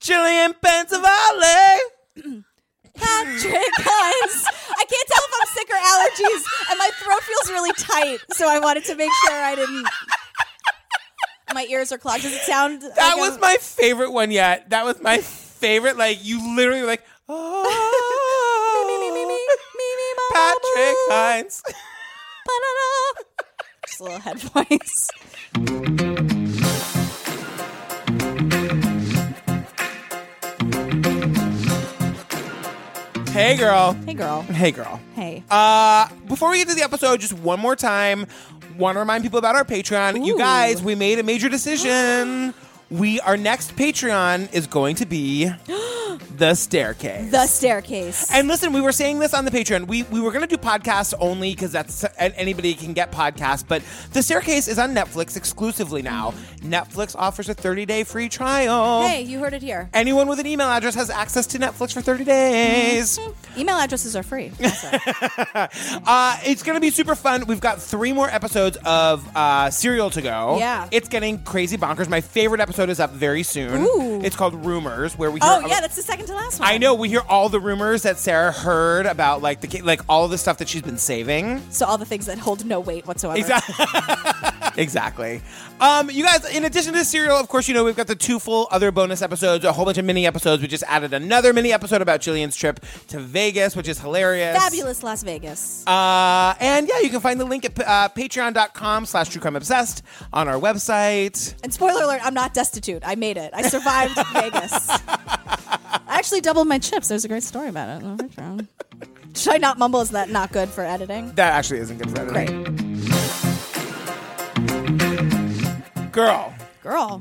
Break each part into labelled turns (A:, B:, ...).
A: Julian Benzavale.
B: Patrick Hines. I can't tell if I'm sick or allergies, and my throat feels really tight, so I wanted to make sure I didn't. My ears are clogged. Does it sound?
A: That
B: like
A: was
B: I'm-
A: my favorite one yet. That was my favorite. Like you literally were like, oh,
B: Me, me, me, me, me, me, ma, ma,
A: Patrick
B: ma,
A: Hines.
B: ba, da, da. Just a little head voice.
A: Hey, girl.
B: Hey, girl.
A: Hey, girl.
B: Hey.
A: Uh, before we get to the episode, just one more time, want to remind people about our Patreon. You
B: Ooh.
A: guys, we made a major decision. we our next Patreon is going to be the staircase.
B: The staircase.
A: and listen, we were saying this on the Patreon. We we were going to do podcasts only because that's and anybody can get podcasts. But the staircase is on Netflix exclusively now. Netflix offers a thirty day free trial.
B: hey, you heard it here.
A: Anyone with an email address has access to Netflix for thirty days.
B: Mm-hmm. Email addresses are free. also.
A: Uh, it's going to be super fun. We've got three more episodes of uh, Serial to go.
B: Yeah.
A: It's getting crazy bonkers. My favorite episode is up very soon.
B: Ooh.
A: It's called Rumors, where we hear.
B: oh yeah, that's the second to last one.
A: I know we hear all the rumors that Sarah heard about, like the ki- like all the stuff that she's been saving.
B: So all the things that hold no weight whatsoever.
A: Exactly. Um, you guys, in addition to Serial, of course, you know we've got the two full other bonus episodes, a whole bunch of mini episodes. We just added another mini episode about Jillian's trip to Vegas, which is hilarious.
B: Fabulous Las Vegas.
A: Uh, and yeah, you can find the link at uh, patreon.com slash true crime obsessed on our website.
B: and spoiler alert, I'm not destitute. I made it. I survived Vegas. I actually doubled my chips. There's a great story about it. in the first round. Should I not mumble? Is that not good for editing?
A: That actually isn't good for
B: Great.
A: editing. Girl,
B: Girl.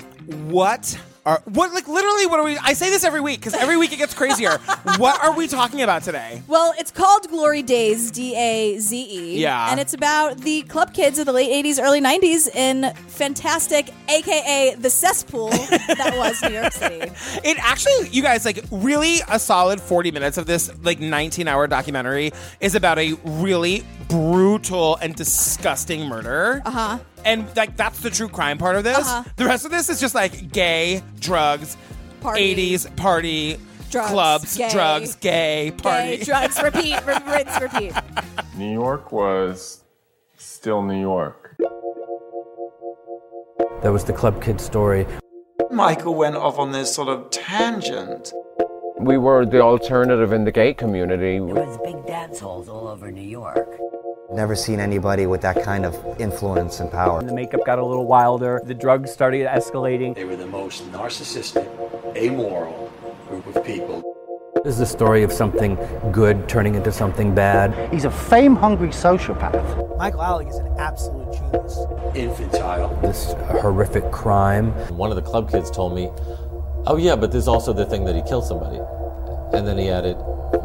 A: what are, what, like literally, what are we, I say this every week because every week it gets crazier. what are we talking about today?
B: Well, it's called Glory Days, D A Z E.
A: Yeah.
B: And it's about the club kids of the late 80s, early 90s in fantastic, AKA the cesspool that was New York City.
A: It actually, you guys, like really a solid 40 minutes of this like 19 hour documentary is about a really brutal and disgusting murder. Uh huh. And like that's the true crime part of this.
B: Uh-huh.
A: The rest of this is just like gay, drugs,
B: Party.
A: 80s party,
B: Drugs,
A: clubs,
B: gay.
A: drugs, gay, party.
B: Gay, drugs, repeat, re- rinse, repeat.
C: New York was still New York.
D: There was the club kid story.
E: Michael went off on this sort of tangent.
F: We were the alternative in the gay community.
G: It was big dance halls all over New York.
H: Never seen anybody with that kind of influence and power.
D: The makeup got a little wilder. The drugs started escalating.
I: They were the most narcissistic, amoral group of people.
D: This is the story of something good turning into something bad.
J: He's a fame hungry sociopath.
H: Michael Alec is an absolute genius.
I: Infantile.
D: This horrific crime.
K: One of the club kids told me, Oh, yeah, but there's also the thing that he killed somebody. And then he added,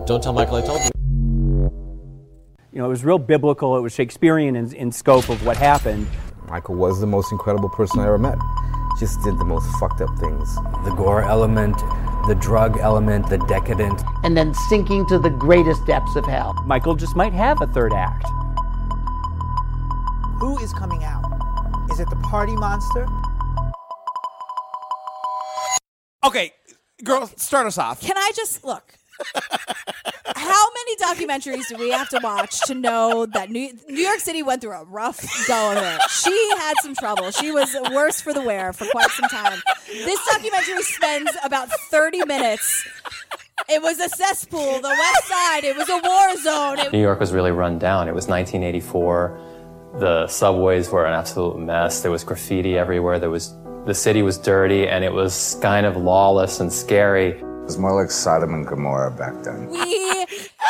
K: Don't tell Michael I told you.
D: You know, it was real biblical. It was Shakespearean in, in scope of what happened.
J: Michael was the most incredible person I ever met. Just did the most fucked up things.
D: The gore element, the drug element, the decadent.
G: And then sinking to the greatest depths of hell.
D: Michael just might have a third act.
J: Who is coming out? Is it the party monster?
A: Okay, girl, start us off.
B: Can I just look? How many documentaries do we have to watch to know that New, New York City went through a rough go of it? She had some trouble. She was worse for the wear for quite some time. This documentary spends about 30 minutes. It was a cesspool, the West Side. It was a war zone. It,
K: New York was really run down. It was 1984. The subways were an absolute mess. There was graffiti everywhere. There was the city was dirty and it was kind of lawless and scary.
C: It was more like Sodom and Gomorrah back then.
B: we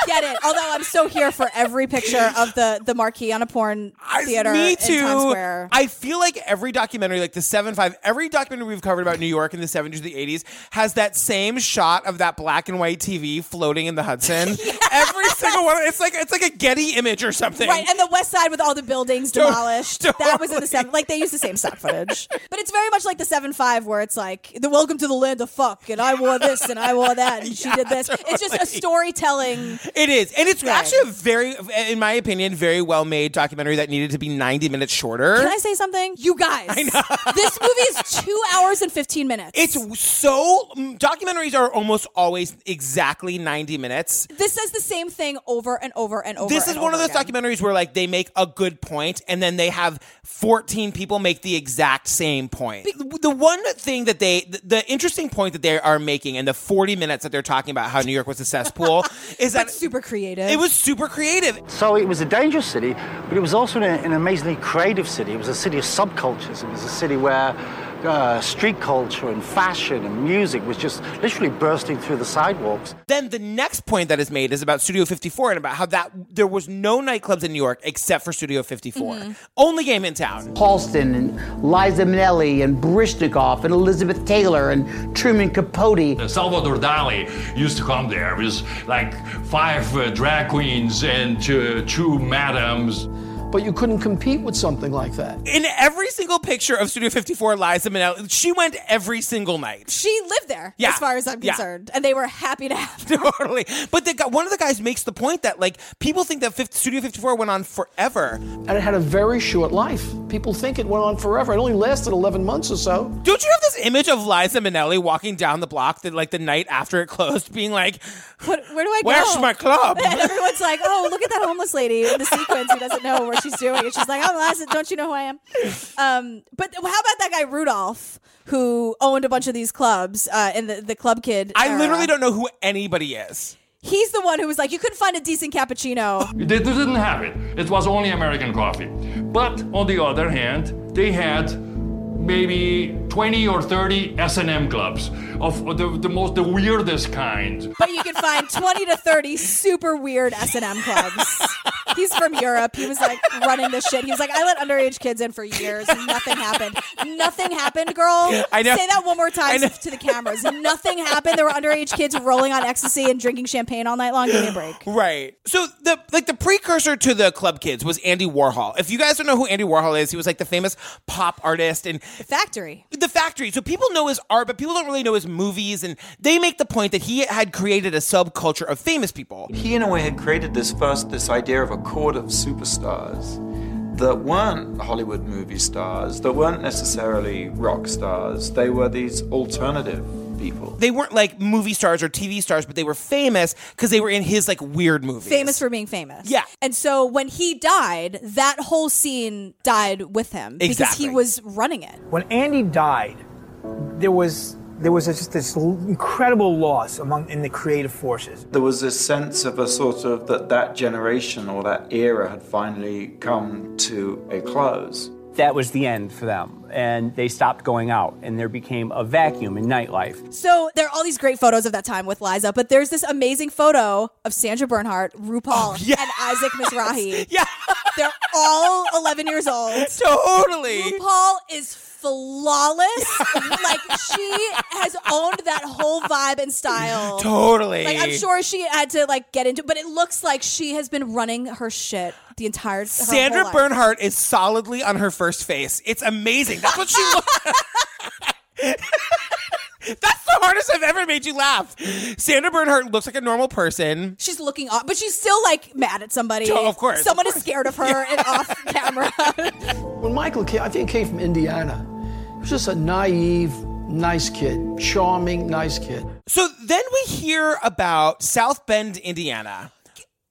B: get it. Although I'm so here for every picture of the, the marquee on a porn theater
A: Me
B: in Times
A: too.
B: Square.
A: I feel like every documentary, like the Seven Five, every documentary we've covered about New York in the seventies, the eighties, has that same shot of that black and white TV floating in the Hudson. Every single one. It's like it's like a Getty image or something.
B: Right, and the West Side with all the buildings demolished. That was in
A: totally.
B: the seven. Like they used the same stock footage, but it's very much like the seven five, where it's like the Welcome to the Land of Fuck, and I wore this and I wore that, and she did this. It's just a storytelling
A: It is, and it's actually a very, in my opinion, very well made documentary that needed to be ninety minutes shorter.
B: Can I say something? You guys, this movie is two hours and fifteen minutes.
A: it's so mm, documentaries are almost always exactly 90 minutes
B: this says the same thing over and over and over.
A: this is
B: and
A: one of
B: over
A: those
B: again.
A: documentaries where like they make a good point and then they have 14 people make the exact same point the one thing that they the, the interesting point that they are making in the 40 minutes that they're talking about how new york was a cesspool is that
B: But super creative.
A: it was super creative
I: So it was a dangerous city, but it was also an, an amazingly creative city. It was a city of subcultures. It was a city where uh, street culture and fashion and music was just literally bursting through the sidewalks.
A: then the next point that is made is about studio 54 and about how that there was no nightclubs in new york except for studio 54 only game in town
G: Halston and Liza Minnelli and Barishnikov and Elizabeth Taylor and Truman Capote.
I: Uh, Salvador Dali used to come there with like five uh, drag queens and uh, two madams.
L: But you couldn't compete with something like that.
A: in every single picture of studio 54 liza minnelli she went every single night
B: she lived there,
A: Yeah.
B: as far as I'm
A: Yeah.
B: concerned, and they were happy to have. her.
A: totally. But the guy, one of the guys makes the point that like people think that 50, Studio 54 went on forever.
L: And it had a very short life. People think it went on forever. It only lasted 11 months or so.
A: Don't you have this image of Liza Minnelli walking down the block that like the night after it closed, being like,
B: What, where do I go?
A: "Where's my club?"
B: And everyone's like, "Oh, look at that homeless lady in the sequence who doesn't know what she's doing." And she's like, "I'm Liza. Don't you know who I am?" Um, but how about that guy Rudolph, who owned a bunch of these clubs uh, in the the club kid?
A: I
B: era?
A: literally don't know who anybody is.
B: He's the one who was like, "You couldn't find a decent cappuccino."
I: They didn't have it. It was only American coffee. But on the other hand, they had maybe 20 or 30 S&M clubs of the, the most the weirdest kind.
B: But you could find twenty to thirty super weird S and M clubs. He's from Europe. He was like running this shit. He was like, "I let underage kids in for years. Nothing happened. Nothing happened, girl."
A: I know.
B: Say that one more
A: I
B: time
A: know.
B: to the cameras. Nothing happened. There were underage kids rolling on ecstasy and drinking champagne all night long. Give me a break.
A: Right. So the like the precursor to the club kids was Andy Warhol. If you guys don't know who Andy Warhol is, he was like the famous pop artist and
B: Factory.
A: the factory. So people know his art, but people don't really know his movies. And they make the point that he had created a subculture of famous people.
E: He, in a way, had created this first this idea of a court of superstars that weren't Hollywood movie stars, that weren't necessarily rock stars. They were these alternative people.
A: they weren't like movie stars or TV stars, but they were famous because they were in his like weird movies.
B: Famous for being famous.
A: Yeah.
B: And so when he died, that whole scene died with him because
A: Exactly.
B: he was running it.
M: When Andy died, there was there was just this l- incredible loss among in the creative forces.
E: There was this sense of a sort of that that generation or that era had finally come to a close.
D: That was the end for them, and they stopped going out, and there became a vacuum in nightlife.
B: So there are all these great photos of that time with Liza, but there's this amazing photo of Sandra Bernhardt, RuPaul, and Isaac Mizrahi.
A: Oh, Yeah.
B: They're all 11 years old.
A: Totally.
B: RuPaul is flawless. like she has owned that whole vibe and style.
A: Totally.
B: Like I'm sure she had to like get into, but it looks like she has been running her shit the entire. her whole
A: Sandra
B: life.
A: Bernhardt is solidly on her first face. It's amazing. That's what she looks. That's the hardest I've ever made you laugh. Sandra Bernhardt looks like a normal person.
B: She's looking off, but she's still like mad at somebody.
A: Oh, of course, of
B: someone is scared of her and off camera.
L: When Michael came, I think he came from Indiana. He was just a naive, nice kid, charming, nice kid.
A: So then we hear about South Bend, Indiana,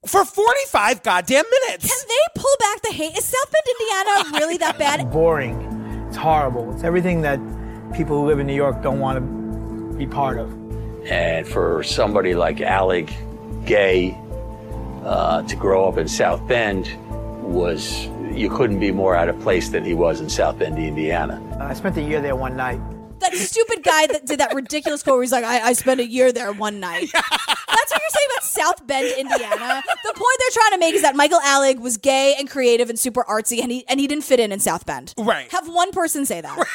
A: for 45 goddamn minutes.
B: Can they pull back the hate? Is South Bend, Indiana really that bad?
M: Boring. It's horrible. It's everything that people who live in New York don't want to be part of.
I: And for somebody like Alec Gay uh, to grow up in South Bend was, you couldn't be more out of place than he was in South Bend, Indiana.
M: I spent a year there one night.
B: That stupid guy that did that ridiculous quote where he's like, I, I spent a year there one night. That's what you're saying about South Bend, Indiana. The point they're trying to make is that Michael Alec was gay and creative and super artsy and he and he didn't fit in in South Bend.
A: Right.
B: Have one person say that.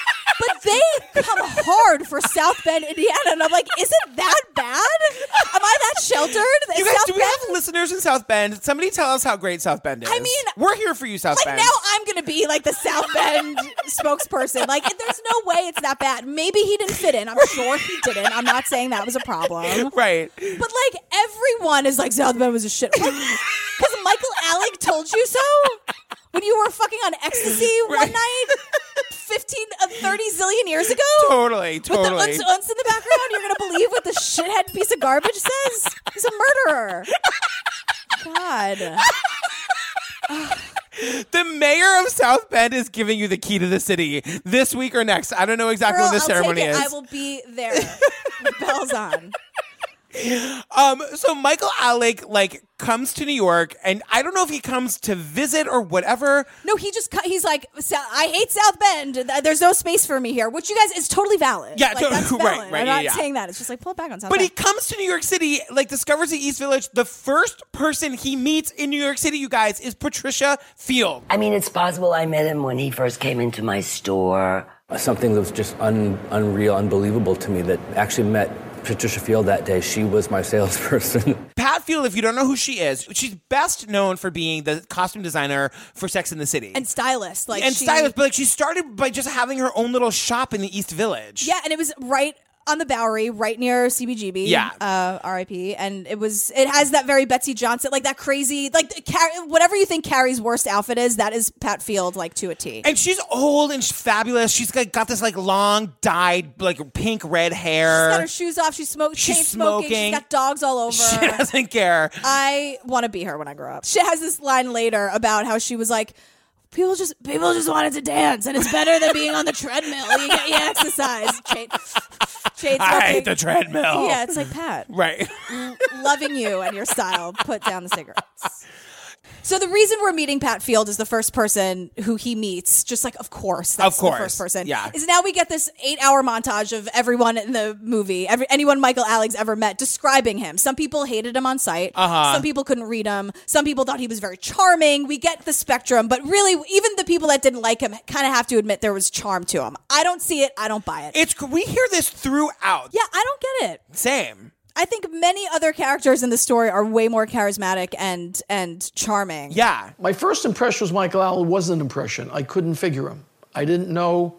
B: but they come hard for South Bend, Indiana, and I'm like, is it that bad? Am I that sheltered? That
A: You guys,
B: South
A: do we
B: Bend?
A: have listeners in South Bend? Somebody tell us how great South Bend is. I mean, we're here for you, South
B: like
A: Bend.
B: now I'm gonna be like the South Bend spokesperson. Like there's no way it's that bad. Maybe he didn't fit in. I'm sure he didn't. I'm not saying that was a problem.
A: Right.
B: But like everyone is like South Bend was a shit. Because Michael Alec told you so when you were fucking on ecstasy one night, 15, uh, 30 zillion years ago.
A: Totally, totally.
B: With the unts, unts in the background, you're gonna believe what the shithead piece of garbage says. He's a murderer. God.
A: The mayor of South Bend is giving you the key to the city this week or next. I don't know exactly when the
B: I'll
A: ceremony
B: take it.
A: is.
B: I will be there. Bells on.
A: Um, so Michael Alec like comes to New York, and I don't know if he comes to visit or whatever.
B: No, he just cut. He's like, "So- I hate South Bend. Th- There's no space for me here. Which you guys is totally valid.
A: Yeah,
B: like,
A: to-
B: that's
A: right,
B: valid.
A: right,
B: I'm
A: yeah,
B: not
A: yeah.
B: saying that. It's just like pull it back on South
A: But he
B: Bend.
A: comes to New York City, like discovers the East Village. The first person he meets in New York City, you guys, is Patricia Field.
N: I mean, it's possible I met him when he first came into my store.
J: Uh, Something that was just un- unreal, unbelievable to me that actually met Patricia Field that day. She was my salesperson.
A: Pat Field, if you don't know who she is, she's best known for being the costume designer for Sex in the City.
B: and stylist, like
A: and
B: she-
A: stylist, but like she started by just having her own little shop in the East Village.
B: Yeah, and it was right on the Bowery, right near CBGB.
A: Yeah.
B: uh, R.I.P. And it was. It has that very Betsy Johnson, like that crazy, like the Car- whatever you think Carrie's worst outfit is, that is Pat Field, like to a T.
A: And she's old and she's fabulous. She's like, got this like long dyed like pink red hair.
B: She's got her shoes off. She's smoke,
A: She's
B: chain smoking.
A: smoking.
B: She's got dogs all over.
A: she doesn't care.
B: I want to be her when I grow up. She has this line later about how she was like, people just people just wanted to dance, and it's better than being on the treadmill. You get you exercise. Chain, chain
A: I hate
B: smoking.
A: the treadmill.
B: Yeah, it's like Pat
A: Right.
B: l- loving you and your style. Put down the cigarettes. So the reason we're meeting Pat Field is the first person who he meets, just like of course, that's
A: Of course,
B: the first person.
A: yeah.
B: is now we get this eight-hour montage of everyone in the movie, every, anyone Michael Alex ever met, describing him. Some people hated him on sight.
O: Uh-huh.
B: Some people couldn't read him. Some people thought he was very charming. We get the spectrum, but really, even the people that didn't like him kind of have to admit there was charm to him. I don't see it. I don't buy it.
A: It's we hear this throughout.
B: Yeah, I don't get it.
A: Same.
B: I think many other characters in the story are way more charismatic and and charming.
A: Yeah.
L: My first impression was Michael Allen was an impression. I couldn't figure him. I didn't know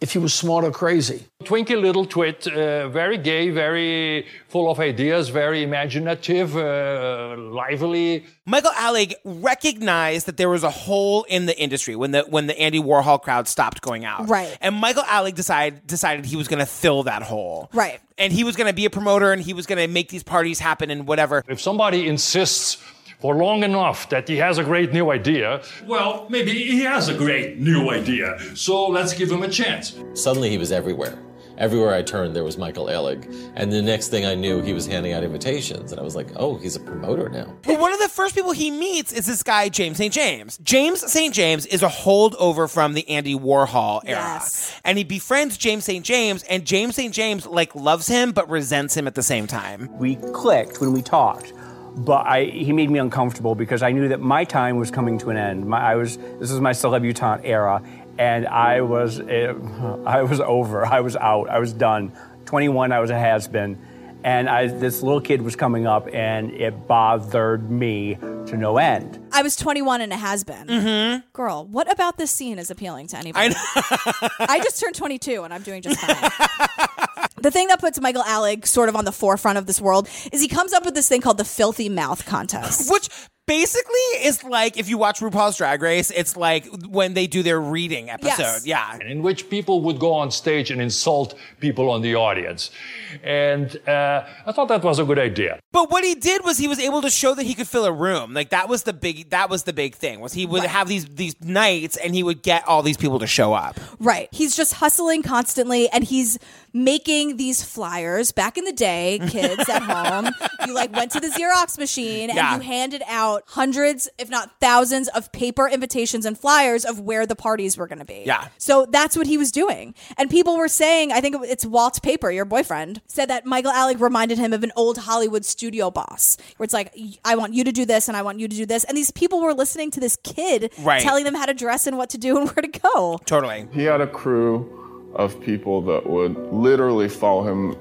L: if he was smart or crazy.
I: Twinky little twit, uh, very gay, very full of ideas, very imaginative, uh, lively.
A: Michael Alec recognized that there was a hole in the industry when the when the Andy Warhol crowd stopped going out.
B: Right.
A: And Michael Alec decided decided he was going to fill that hole.
B: Right.
A: And he was going to be a promoter and he was going to make these parties happen and whatever.
I: If somebody insists for long enough that he has a great new idea, well, maybe he has a great new idea. So let's give him a chance.
P: Suddenly he was everywhere. Everywhere I turned, there was Michael Ehrlich. And the next thing I knew, he was handing out invitations. And I was like, oh, he's a promoter now.
A: Well, one of the first people he meets is this guy, James St. James. James St. James is a holdover from the Andy Warhol era. And he befriends James St. James, and James St. James, like, loves him but resents him at the same time.
D: We clicked when we talked, but I, he made me uncomfortable because I knew that my time was coming to an end. My, I was this was my celebutante era, and I was eh, I was over. I was out. I was done. 21, I was a has been, and I, this little kid was coming up, and it bothered me to no end.
B: I was 21 and it has been. Mm-hmm. Girl, what about this scene is appealing to anybody? I, just turned 22 and I'm doing just fine. the thing that puts Michael Alec sort of on the forefront of this world is he comes up with this thing called the filthy mouth contest.
A: Which basically is like if you watch RuPaul's Drag Race, it's like when they do their reading episode. Yeah.
I: And in which people would go on stage and insult people on the audience. And uh, I thought that was a good idea.
A: But what he did was he was able to show that he could fill a room. Like that was the big that was the big thing. Was he would have these these nights and he would get all these people to show up.
B: Right. He's just hustling constantly and he's making these flyers. Back in the day, kids at home, you like went to the Xerox machine and
O: Yeah.
B: you handed out hundreds, if not thousands, of paper invitations and flyers of where the parties were going to be.
O: Yeah.
B: So that's what he was doing. And people were saying, I think it's Walt Paper, your boyfriend, said that Michael Alec reminded him of an old Hollywood studio boss where it's like, I want you to do this and I want you to do this. And these people were listening to this kid
C: Right.
B: telling them how to dress and what to do and where to go.
A: Totally.
C: He had a crew of people that would literally follow him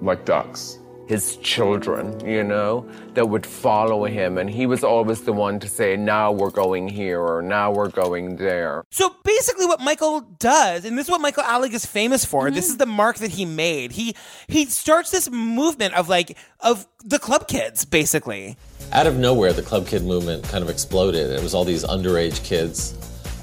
C: like ducks.
F: His children, you know, that would follow him. And he was always the one to say, now we're going here or now we're going there.
A: So basically, what Michael does, and this is what Michael Alec is famous for. This is the mark that he made. He he starts this movement of like of the club kids, basically.
P: out of nowhere, the club kid movement kind of exploded. It was all these underage kids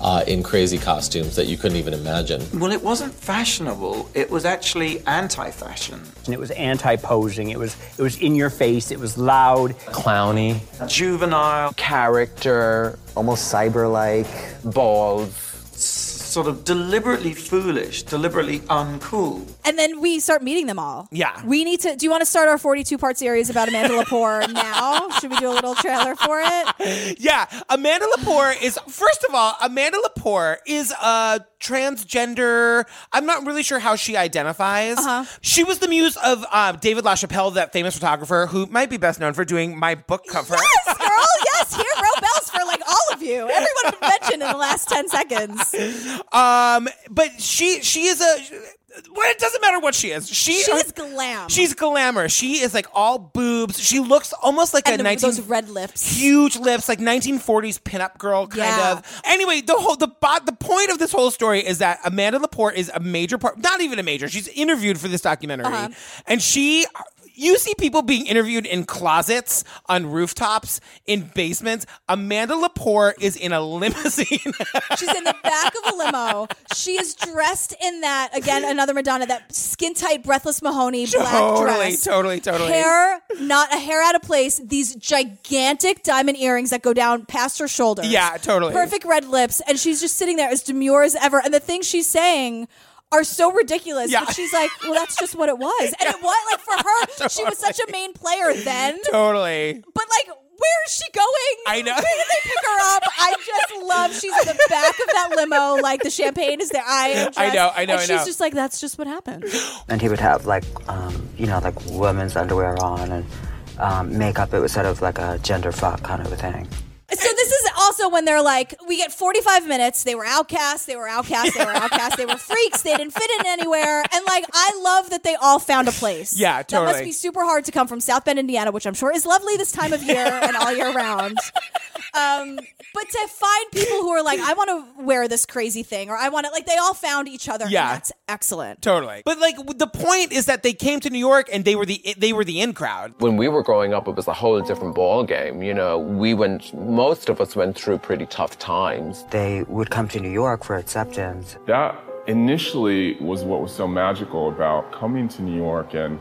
P: uh, in crazy costumes that you couldn't even imagine.
E: Well, it wasn't fashionable, it was actually anti fashion.
D: And it was anti-posing. It was it was in your face. It was loud.
K: Clowny.
E: Juvenile.
F: Character.
H: Almost cyber-like.
F: Balls.
E: Sort of deliberately foolish, deliberately uncool.
B: And then we start meeting them all.
E: Yeah.
B: We need to. Do you want to start our 42 part series about Amanda Lepore now? Should we do a little trailer for it?
A: Yeah, Amanda Lepore is first of all, Amanda Lepore is a transgender. I'm not really sure how she identifies.
B: Uh-huh.
A: She was the muse of uh, David LaChapelle, that famous photographer who might be best known for doing my book cover.
B: Yes, girl. Yes, here, row bells for like all of you. Everyone mentioned in the last 10 seconds.
A: Um, but she she is a. Well, it doesn't matter what she is. She
B: She's glam.
A: She's glamorous. She is like all boobs. She looks almost like
B: and
A: a
B: the-
A: 19
B: those red lips.
A: huge lips, like 1940s pinup girl kind
B: Yeah.
A: of. Anyway, the whole the bo- the point of this whole story is that Amanda Laporte is a major part, not even a major. She's interviewed for this documentary,
B: Uh-huh.
A: and she. You see people being interviewed in closets, on rooftops, in basements. Amanda Lepore is in a limousine.
B: She's in the back of a limo. She is dressed in that again, another Madonna, that skin tight, breathless Mahoney black
A: totally,
B: dress.
A: totally, totally.
B: Hair, not a hair out of place. These gigantic diamond earrings that go down past her shoulders.
A: Yeah, totally.
B: Perfect red lips, and she's just sitting there as demure as ever. And the things she's saying. Are so ridiculous, but she's like, well, that's just what it was, and it was like for her, she was such a main player then.
A: totally.
B: But like, where is she going? I know. Where did they pick her up? I just love. She's in the back of that limo. Like the champagne is there. I am.
A: I know, I
B: And
A: know, I
B: she's
A: know.
B: just like, that's just what happened.
H: And he would have like, um, you know, like women's underwear on and um, makeup. It was sort of like a gender fuck kind of a thing.
B: So this is also when they're like, we get 45 minutes. They were outcasts. They were outcasts. They were outcasts. They were freaks. They didn't fit in anywhere. And like, I love that they all found a place.
A: Yeah,
B: That must
A: totally.
B: be super hard to come from South Bend, Indiana, which I'm sure is lovely this time of year and all year round. Um, but to find people who are like, I want to wear this crazy thing, or I want to like, they all found each other. and
A: Yeah.
B: that's excellent.
A: Totally. But like the point is that they came to New York and they were the they were the in crowd.
F: When we were growing up, it was a whole different ball game. You know, we went, most of us went through pretty tough times.
H: They would come to New York for acceptance.
C: That initially was what was so magical about coming to New York and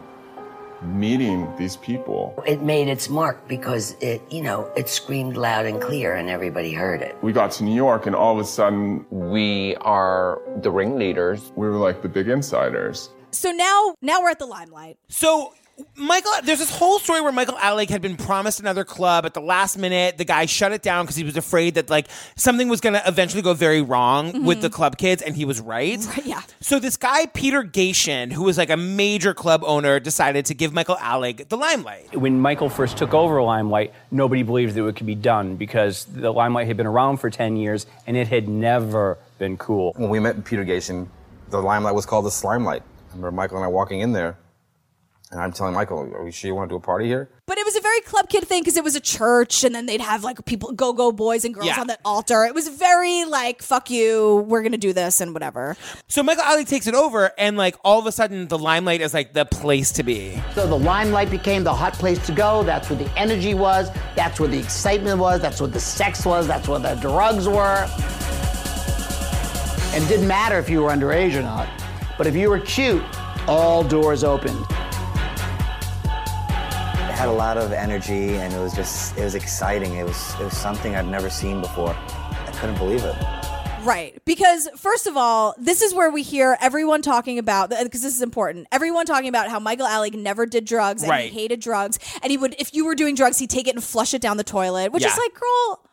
C: meeting these people.
N: It made its mark because it, you know, it screamed loud and clear and everybody heard it.
C: We got to New York and all of a sudden
F: we are the ringleaders.
C: We were like the big insiders.
B: So now, now we're at the limelight.
A: So Michael, there's this whole story where Michael Alec had been promised another club at the last minute. The guy shut it down because he was afraid that like something was going to eventually go very wrong with the club kids, and he was right.
B: Mm-hmm. yeah.
A: So this guy Peter Gation, who was like a major club owner, decided to give Michael Alec the limelight.
D: When Michael first took over Limelight, nobody believed that it could be done because the Limelight had been around for 10 years and it had never been cool.
O: When we met Peter Gation, the limelight was called the slime light. I remember Michael and I walking in there, and I'm telling Michael, "Are you sure you want to do a party here?"
B: But it was a very club kid thing because it was a church, and then they'd have like people go go boys and girls
A: Yeah.
B: on the altar. It was very like fuck you, we're gonna do this and whatever.
A: So Michael Alec takes it over, and like all of a sudden, the limelight is like the place to be.
G: So the limelight became the hot place to go. That's where the energy was. That's where the excitement was. That's where the sex was. That's where the drugs were. And it didn't matter if you were underage or not. But if you were cute, all doors opened.
H: It had a lot of energy and it was just, it was exciting. It was, it was something I'd never seen before. I couldn't believe it.
B: Right. Because, first of all, this is where we hear everyone talking about, because this is important, everyone talking about how Michael Alec never did drugs and
A: Right.
B: he hated drugs. And he would, if you were doing drugs, he'd take it and flush it down the toilet, which is
Q: Yeah.
B: like, girl,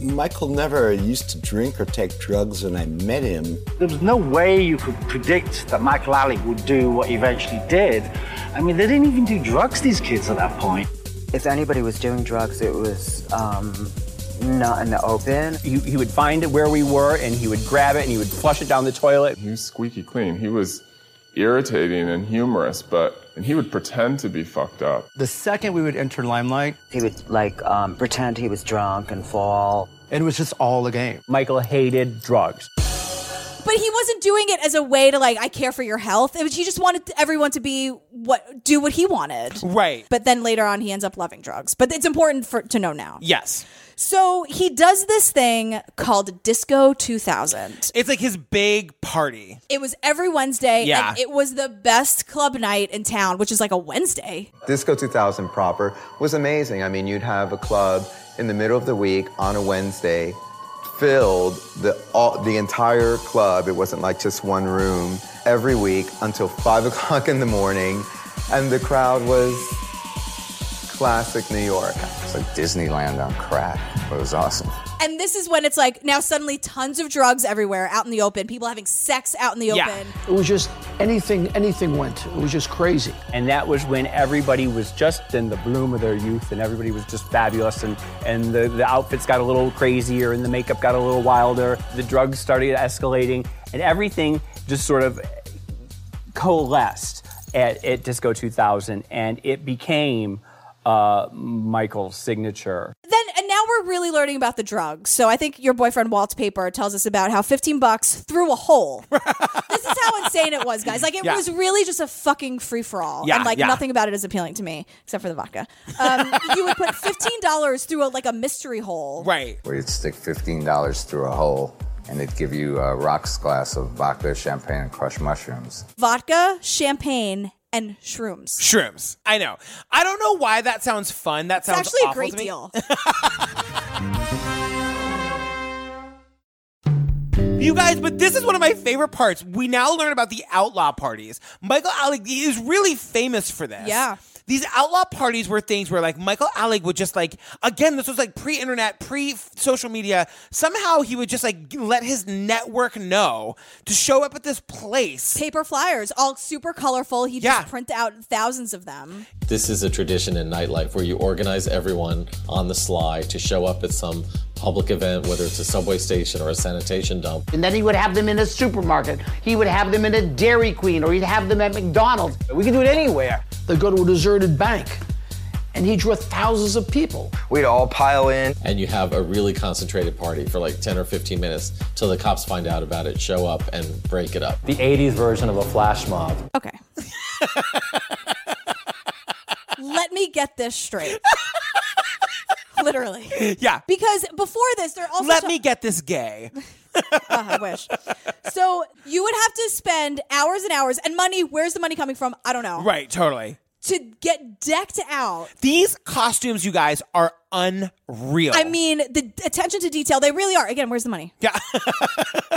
Q: Michael never used to drink or take drugs when I met him.
R: There was no way you could predict that Michael Alec would do what he eventually did. I mean, they didn't even do drugs, these kids, at that point.
H: If anybody was doing drugs, it was um, not in the open.
D: He, he would find it where we were and he would grab it and he would flush it down the toilet.
C: He was squeaky clean. He was irritating and humorous, but and he would pretend to be fucked up.
H: The second we would enter limelight, he would like um, pretend he was drunk and fall. It was just all a game.
D: Michael hated drugs.
B: But he wasn't doing it as a way to like, I care for your health. It was he just wanted everyone to be what do what he wanted.
A: Right.
B: But then later on, he ends up loving drugs. But it's important for to know now.
A: Yes.
B: So he does this thing called Disco 2000.
A: It's like his big party.
B: It was every Wednesday,
Q: Yeah.
B: and it was the best club night in town, which is like a Wednesday.
S: Disco 2000 proper was amazing. I mean, you'd have a club in the middle of the week on a Wednesday, filled the all, the entire club. It wasn't like just one room every week until five o'clock in the morning, and the crowd was classic New York.
Q: It's like Disneyland on crack. It was awesome.
B: And this is when it's like now suddenly tons of drugs everywhere out in the open, people having sex out in the open.
L: It was just anything, anything went. It was just crazy.
D: And that was when everybody was just in the bloom of their youth and everybody was just fabulous. And, and the, the outfits got a little crazier and the makeup got a little wilder. The drugs started escalating and everything just sort of coalesced at, at Disco 2000 and it became uh, Michael's signature.
B: Then and now we're really learning about the drugs. So I think your boyfriend Walt's paper tells us about how 15 bucks threw a hole. this is how insane it was, guys. Like it
T: Yeah.
B: was really just a fucking free for all,
T: Yeah,
B: and like
T: yeah.
B: nothing about it is appealing to me except for the vodka. Um, you would put 15 dollars through a, like a mystery hole,
A: Right.
Q: Where you'd stick $15 through a hole and they'd give you a rocks glass of vodka, champagne, and crushed mushrooms.
B: Vodka, champagne, and shrooms.
A: Shrooms. I know. I don't know why that sounds fun. That sounds
B: actually a
A: awful
B: great
A: to me.
B: deal.
A: You guys, but this is one of my favorite parts. We now learn about the outlaw parties. Michael Alec is really famous for this.
B: Yeah.
A: These outlaw parties were things where, like, Michael Alec would just, like, again, this was like pre internet, pre social media. Somehow he would just, like, let his network know to show up at this place.
B: Paper flyers, all super colorful. He
A: Yeah.
B: just print out thousands of them.
P: This is a tradition in nightlife where you organize everyone on the sly to show up at some public event, whether it's a subway station or a sanitation dump.
G: And then he would have them in a supermarket. He would have them in a Dairy Queen, or he'd have them at McDonald's.
L: We could do it anywhere. They go to a deserted bank, and he'd draw thousands of people.
P: We'd all pile in. And you have a really concentrated party for like 10 or 15 minutes till the cops find out about it, show up, and break it up.
K: The 80s version of a flash mob.
B: Okay. Let me get this straight. Literally.
A: Yeah.
B: Because before this, they're also.
A: Let
B: ta-
A: me get this gay.
B: Oh, I wish. So you would have to spend hours and hours and money. Where's the money coming from? I don't know.
A: Right, totally.
B: To get decked out.
A: These costumes, you guys, are unreal.
B: I mean, the attention to detail, they really are. Again, where's the money? Yeah.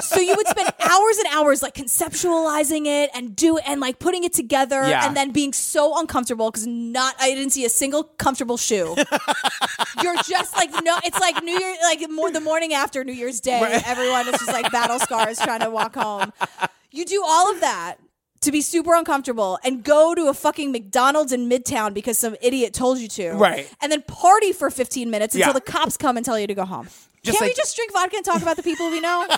B: so you would spend hours and hours like conceptualizing it and do and like putting it together
T: Yeah.
B: and then being so uncomfortable because not I didn't see a single comfortable shoe. You're just like no it's like New Year like more the morning after New Year's Day. Everyone is just like battle scars trying to walk home. You do all of that to be super uncomfortable and go to a fucking McDonald's in Midtown because some idiot told you to.
A: Right.
B: And then party for 15 minutes
A: Yeah.
B: until the cops come and tell you to go home.
A: Just
B: Can't we
A: like-
B: just drink vodka and talk about the people we know?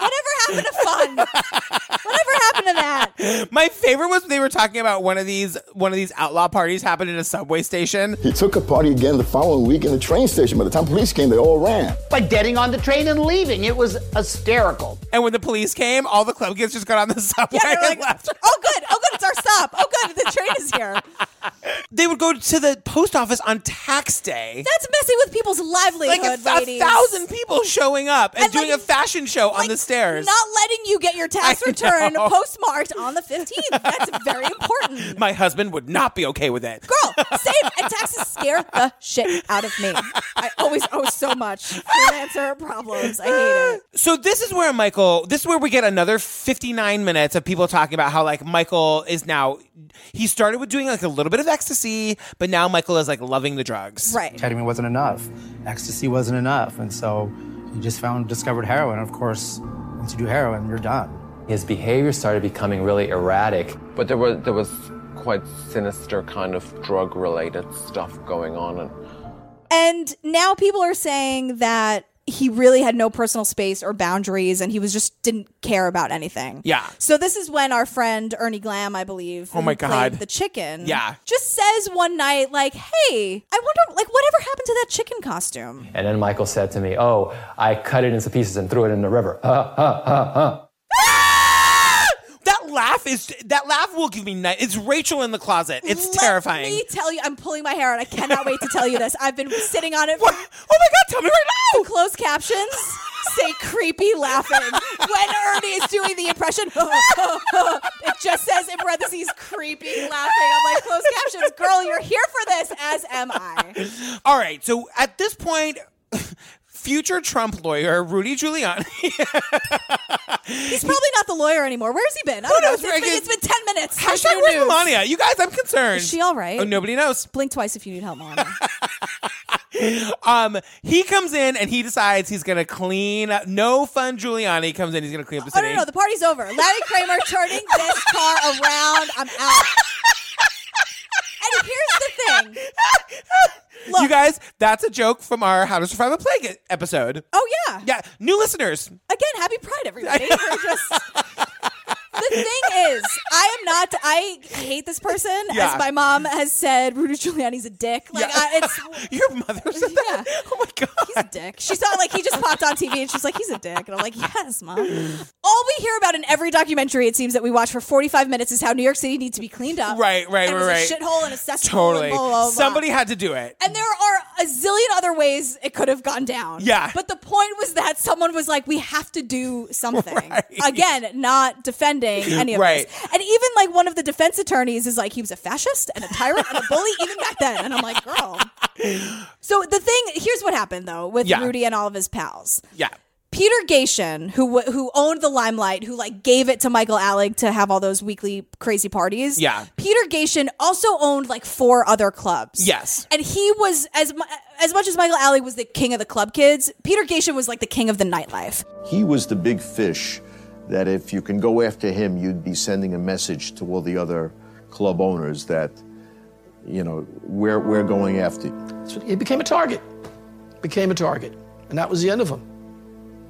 B: Whatever happened to fun? Whatever happened to that?
A: My favorite was they were talking about one of these one of these outlaw parties happened in a subway station.
U: He took a party again the following week in the train station. By the time police came, they all ran.
G: By getting on the train and leaving, it was hysterical.
A: And when the police came, all the club kids just got on the subway and left.
B: Oh good, oh good, it's our stop. Oh good, the train is here.
A: They would go to the post office on tax day.
B: That's messing with people's livelihood,
A: like a, a
B: ladies.
A: thousand people showing up and, doing a fashion show on the stairs.
B: Not letting you get your tax
A: I
B: return
A: know.
B: postmarked on the 15th. That's very important.
A: My husband would not be okay with it.
B: Girl, save and taxes scare the shit out of me. I always owe so much. Freelancer problems. I hate it.
A: So this is where Michael, this is where we get another 59 minutes of people talking about how like Michael is now he started with doing like a little bit of ecstasy, but now Michael is like loving the drugs.
B: Right.
V: Ketamine wasn't enough. Ecstasy wasn't enough. And so he just found, discovered heroin. Of course, once you do heroin, you're done.
K: His behavior started becoming really erratic.
F: But there was there was quite sinister kind of drug related stuff going on, and
B: And now people are saying that he really had no personal space or boundaries and he was just didn't care about anything.
A: Yeah.
B: So this is when our friend Ernie Glam, I believe,
A: Oh my
B: who played
A: God.
B: the chicken,
A: Yeah.
B: just says one night like, "Hey, I wonder like whatever happened to that chicken costume?"
K: And then Michael said to me, Oh, I cut it into pieces and threw it in the river. Ha, ha, ha, ha.
A: That laugh is that laugh will give me night. It's Rachel in the closet. It's terrifying.
B: Let me tell you, I'm pulling my hair out. I cannot wait to tell you this. I've been sitting on it. For, oh my
A: god, tell me right
B: now! The closed captions say creepy laughing when Ernie is doing the impression. it just says in parentheses creepy laughing. I'm like closed captions, girl. You're here for this, as am I.
A: All right. So at this point, future Trump lawyer Rudy Giuliani.
B: He's probably not the lawyer anymore. Where's he been? I don't know. It's been, it's been ten minutes. There's
A: Hashtag
B: new
A: where's
B: news.
A: Melania? You guys, I'm concerned.
B: Is she all right?
A: Oh, nobody knows.
B: Blink twice if you need help, Melania.
A: Um, he comes in and he decides he's gonna clean up. No fun Giuliani comes in. He's gonna clean up the
B: Oh
A: city.
B: no, no, no, the party's over. Larry Kramer turning this car around. I'm out. And here's the thing.
A: you guys, that's a joke from our How to Survive a Plague e-, episode.
B: Oh yeah.
A: Yeah, new listeners.
B: Again, happy Pride, everybody. We're just. The thing is, I am not. I hate this person.
A: Yeah.
B: As my mom has said, Rudy Giuliani's a dick. Like I, it's
A: your mother said
B: that. Oh my god, he's a dick. She saw like he just popped on TV and she's like, he's a dick, and I'm like, yes, mom. All we hear about in every documentary, it seems that we watch for 45 minutes, is how New York City needs to be cleaned up.
A: Right, right,
B: and it
A: right,
B: was a
A: right.
B: Shithole and a cesspool.
A: Totally.
B: And blah, blah, blah.
A: Somebody had to do it.
B: And there are a zillion other ways it could have gone down.
A: Yeah.
B: But the point was that someone was like, we have to do something. Again, not defending any of
A: Right.
B: this. And even like one of the defense attorneys is like, he was a fascist and a tyrant and a bully even back then. And I'm like, girl. So the thing, here's what happened though with
A: Yeah.
B: Rudy and all of his pals.
A: Yeah.
B: Peter Gation, who w- who owned the Limelight, who like gave it to Michael Alec to have all those weekly crazy parties.
A: Yeah.
B: Peter Gation also owned like four other clubs.
A: Yes.
B: And he was as mu- as much as Michael Alley was the king of the club kids, Peter Gation was like the king of the nightlife.
M: He was the big fish that if you can go after him, you'd be sending a message to all the other club owners that, you know, we're, we're going after you.
L: So he became a target. Became a target. And that was the end of him.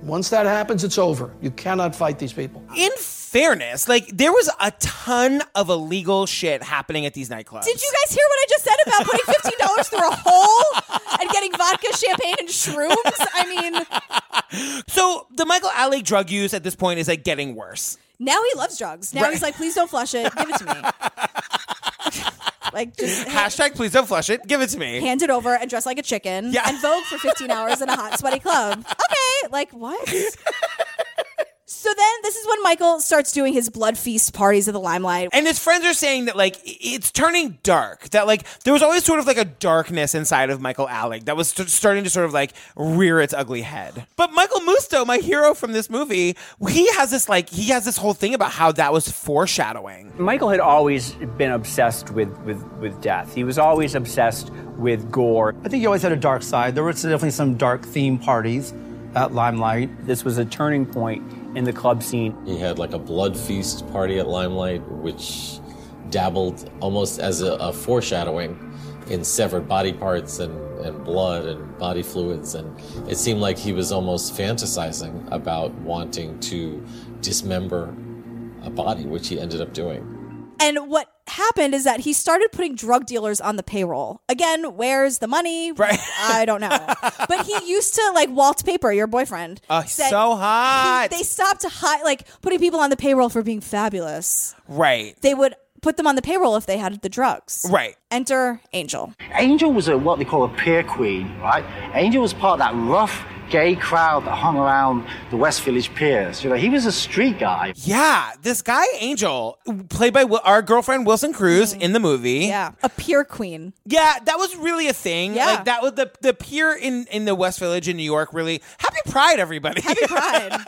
L: Once that happens, it's over. You cannot fight these people.
A: In fairness, like there was a ton of illegal shit happening at these nightclubs.
B: Did you guys hear what I just said about putting fifteen dollars through a hole and getting vodka, champagne, and shrooms? I mean,
A: so the Michael Alley drug use at this point is like getting worse.
B: now he loves drugs. Now
A: Right.
B: he's like, please don't flush it. Give it to me. like just
A: Hashtag please don't flush it. Give it to me.
B: hand it over and dress like a chicken and vogue for 15 hours in a hot sweaty club okay like what so then this is when michael starts doing his blood feast parties at the limelight
A: and his friends are saying that like i- it's turning dark. That like there was always sort of like a darkness inside of Michael Alec that was st- starting to sort of like rear its ugly head. But Michael Musto, my hero from this movie, he has this like he has this whole thing about how that was foreshadowing.
D: Michael had always been obsessed with, with, with death. He was always obsessed with gore.
V: I think you always had a dark side. There were definitely some dark theme parties at Limelight.
D: This was a turning point in the club scene.
P: He had like a blood feast party at Limelight, which dabbled almost as a, a foreshadowing in severed body parts and, and blood and body fluids. And it seemed like he was almost fantasizing about wanting to dismember a body, which he ended up doing.
B: and what happened is that he started putting drug dealers on the payroll again where's the money right i don't know but he used to like waltz paper your boyfriend
A: Oh, he's so hot.
B: they stopped to hide like putting people on the payroll for being fabulous
A: right.
B: they would put them on the payroll if they had the drugs
A: Right.
B: enter angel
R: Angel was a, what they call a peer queen, right? Angel was part of that rough gay crowd that hung around the West Village piers. You know, he was a street guy.
A: Yeah, this guy Angel, played by Wil- our girlfriend Wilson Cruz in the movie.
B: Mm-hmm. Yeah, a peer queen.
A: Yeah, that was really a thing.
B: Yeah.
A: like that was the the pier in in the West Village in New York. Really, happy Pride, everybody. Happy Pride.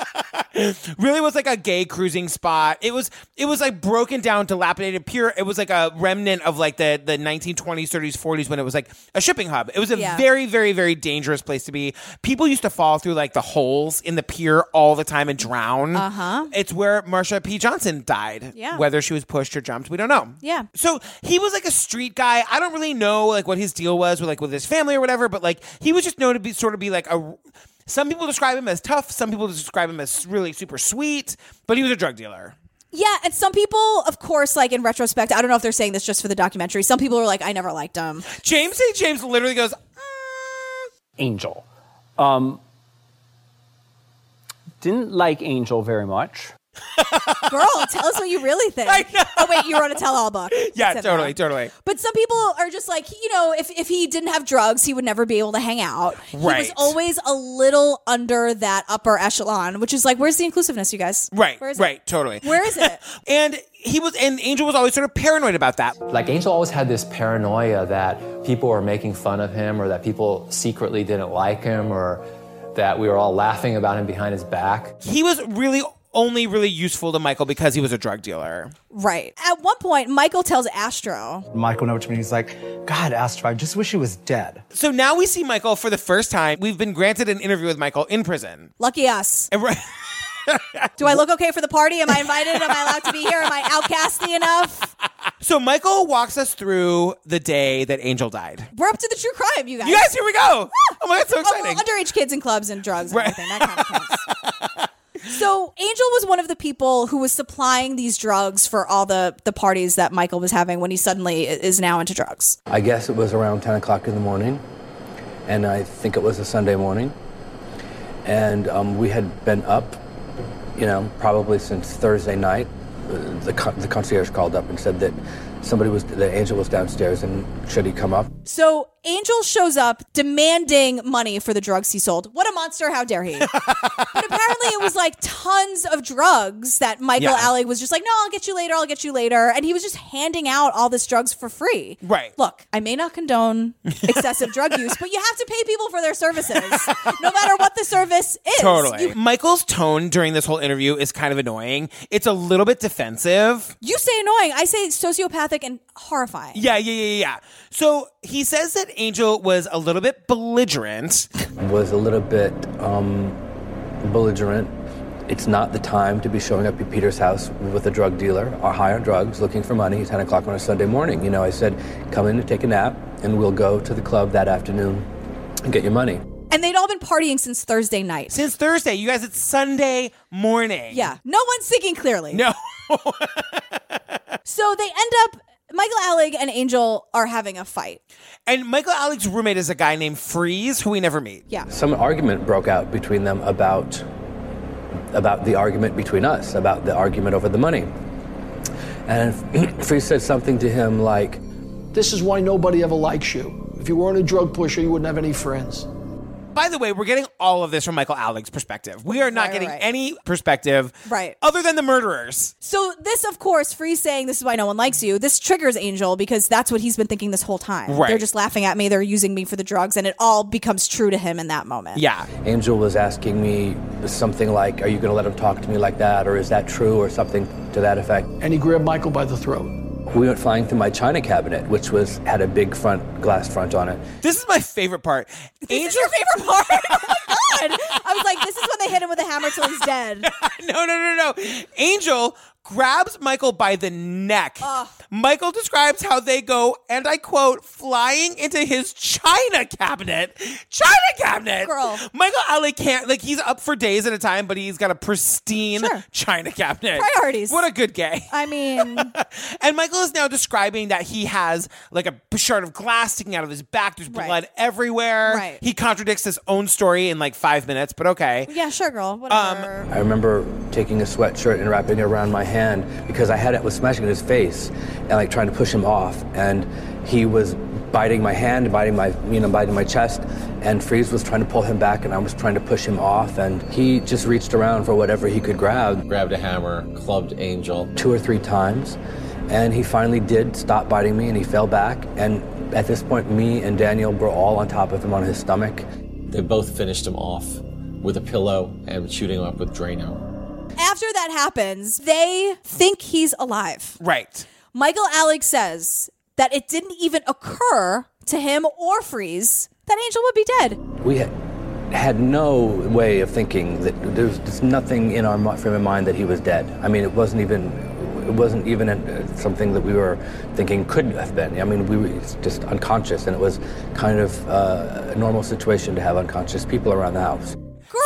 A: really was like a gay cruising spot. It was it was like broken down, dilapidated pier. It was like a remnant of like the the 1920s, 30s, 40s when it was like a shipping hub. It was a
B: Yeah.
A: very, very, very dangerous place to be. People used to fall through like the holes in the pier all the time and drown.
B: Uh-huh.
A: It's where Marsha P. Johnson died.
B: Yeah.
A: Whether she was pushed or jumped, we don't know.
B: Yeah.
A: So he was like a street guy. I don't really know like what his deal was with like with his family or whatever, but like he was just known to be sort of be like a. Some people describe him as tough. Some people describe him as really super sweet. But he was a drug dealer.
B: Yeah, and some people, of course, like in retrospect, I don't know if they're saying this just for the documentary. Some people are like, I never liked him.
A: James A. James literally goes,
D: Angel. Um, didn't like Angel very much.
B: Girl, tell us what you really think. Oh wait, you wrote a tell all book.
A: Yeah,
B: Except
A: totally,
B: that.
A: totally.
B: But some people are just like, you know, if, if he didn't have drugs, he would never be able to hang out. He was
A: Right.
B: always a little under that upper echelon, which is like, where's the inclusiveness, you guys?
A: Right,
B: Where is it?
A: right, totally.
B: Where is it?
A: and he was, and Angel was always sort of paranoid about that.
K: Like Angel always had this paranoia that people were making fun of him or that people secretly didn't like him or that we were all laughing about him behind his back.
A: He was really only really useful to Michael because he was a drug dealer.
B: Right. At one point, Michael tells Astro,
V: Michael Novich, and he's like, God, Astro, I just wish he was dead.
A: So now we see Michael for the first time. We've been granted an interview with Michael in prison.
B: lucky us.
A: And we're-
B: Do I look okay for the party? Am I invited? Am I allowed to be here? Am I outcasty enough?
A: So Michael walks us through the day that Angel died.
B: We're up to the true crime, you guys.
A: You guys, here we go. Oh my god, so
B: exciting! underage kids and clubs and drugs and everything. That kind of counts. so Angel was one of the people who was supplying these drugs for all the the parties that Michael was having when he suddenly i- is now into drugs.
J: I guess it was around 10 o'clock in the morning, and I think it was a Sunday morning. And um, we had been up, you know, probably since Thursday night. Uh, The, con- the concierge called up and said that somebody was, that Angel was downstairs, and should he come up?
B: So Angel shows up demanding money for the drugs he sold. What a monster! How dare he? but apparently, it was like tons of drugs that Michael
T: Yeah.
B: Alley was just like, "No, I'll get you later. I'll get you later," and he was just handing out all this drugs for free.
A: Right.
B: Look, I may not condone excessive drug use, but you have to pay people for their services, no matter what the service is.
A: Totally.
B: You,
A: Michael's tone during this whole interview is kind of annoying. It's a little bit defensive.
B: you say annoying. I say sociopathic and horrifying.
A: Yeah, yeah, yeah, yeah. So he says that Angel was a little bit belligerent.
J: was a little bit um, belligerent. It's not the time to be showing up at Peter's house with a drug dealer or high on drugs looking for money at 10 o'clock on a Sunday morning. You know, I said, come in and take a nap, and we'll go to the club that afternoon and get your money.
B: And they'd all been partying since Thursday night.
A: Since Thursday, you guys, it's Sunday morning.
B: Yeah. No one's thinking clearly.
A: No.
B: so they end up, Michael Alec and Angel are having a fight.
A: And Michael Alec's roommate is a guy named Freeze who we never meet.
B: Yeah.
J: Some argument broke out between them about about the argument between us, about the argument over the money. And Free said something to him like,
L: This is why nobody ever likes you. If you weren't a drug pusher, you wouldn't have any friends.
A: By the way, we're getting all of this from Michael Alec's perspective. We are not
B: Right,
A: getting
B: right.
A: any perspective
B: Right.
A: other than the murderers.
B: So this, of course, Free saying this is why no one likes you. This triggers Angel because that's what he's been thinking this whole time.
J: Right.
B: They're just laughing at me. They're using me for the drugs, and it all becomes true to him in that moment.
A: Yeah.
J: Angel was asking me something like, Are you going to let him talk to me like that? Or is that true? Or something to that effect.
L: And he grabbed Michael by the throat.
J: We went flying through my china cabinet, which was had a big front glass front on it.
A: This is my favorite part.
B: This is your favorite part. oh my god! I was like, this is when they hit him with a hammer till he's dead.
A: no, no, no, no. Angel grabs Michael by the neck. Michael describes how they go, and I quote, flying into his china cabinet. China cabinet!
B: Girl.
A: Michael Ali can't, like, he's up for days at a time, but he's got a pristine china cabinet.
B: Priorities.
A: What a good gay.
B: I mean,
A: And Michael is now describing that he has like a shard of glass sticking out of his back. There's blood everywhere.
B: Right.
A: He contradicts his own story in like five minutes, but okay.
B: yeah, sure,
A: Um,
B: girl. Whatever.
J: I remember taking a sweatshirt and wrapping it around my hand because I had it was smashing in his face and like trying to push him off. And he was biting my hand, biting my you know, biting my chest, and Freeze was trying to pull him back and I was trying to push him off and he just reached around for whatever he could grab.
P: Grabbed a hammer, clubbed Angel.
J: Two or three times. And he finally did stop biting me and he fell back. And at this point me and Daniel were all on top of him on his stomach.
P: They both finished him off with a pillow and shooting him up with Drano.
B: After that happens, they think he's alive.
A: Right.
B: Michael Alex says that it didn't even occur to him or Freeze that Angel would be dead.
J: We had, had no way of thinking that there was just nothing in our mi- frame of mind that he was dead. I mean, it wasn't even it wasn't even uh, something that we were thinking could have been. I mean, we were it's just unconscious, and it was kind of uh, a normal situation to have unconscious people around the house.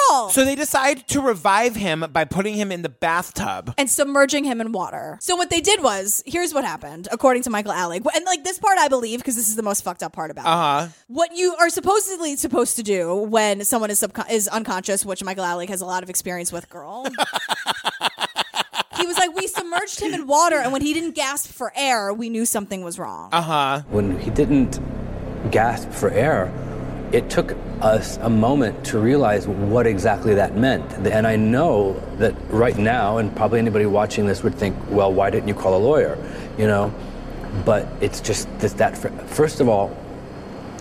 B: Girl.
A: So they decide to revive him by putting him in the bathtub.
B: and submerging him in water. So what they did was, here's what happened, according to Michael Alley. And like this part I believe because this is the most fucked up part about it.
A: Uh huh.
B: What you are supposedly supposed to do when someone is subcon- is unconscious, which Michael Alec has a lot of experience with, girl. he was like, we submerged him in water, and when he didn't gasp for air, we knew something was wrong.
J: Uh huh. When he didn't gasp for air, it took us a moment to realize what exactly that meant. And I know that right now, and probably anybody watching this would think, well, why didn't you call a lawyer? You know, but it's just this, that. fir- First of all,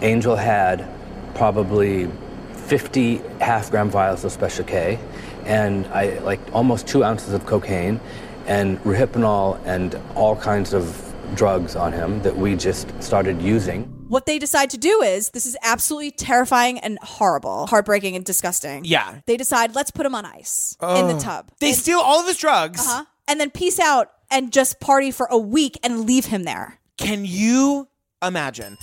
J: Angel had probably 50 half gram vials of Special K and I like almost two ounces of cocaine and rehypnol and all kinds of drugs on him that we just started using.
B: What they decide to do is, this is absolutely terrifying and horrible, heartbreaking and disgusting.
A: Yeah.
B: They decide, let's put him on ice in the
A: Ugh.
B: tub.
A: Uh-huh. Oh. They steal all of his drugs.
B: Uh-huh. And then peace out and just party for a week and leave him there.
A: Can you imagine?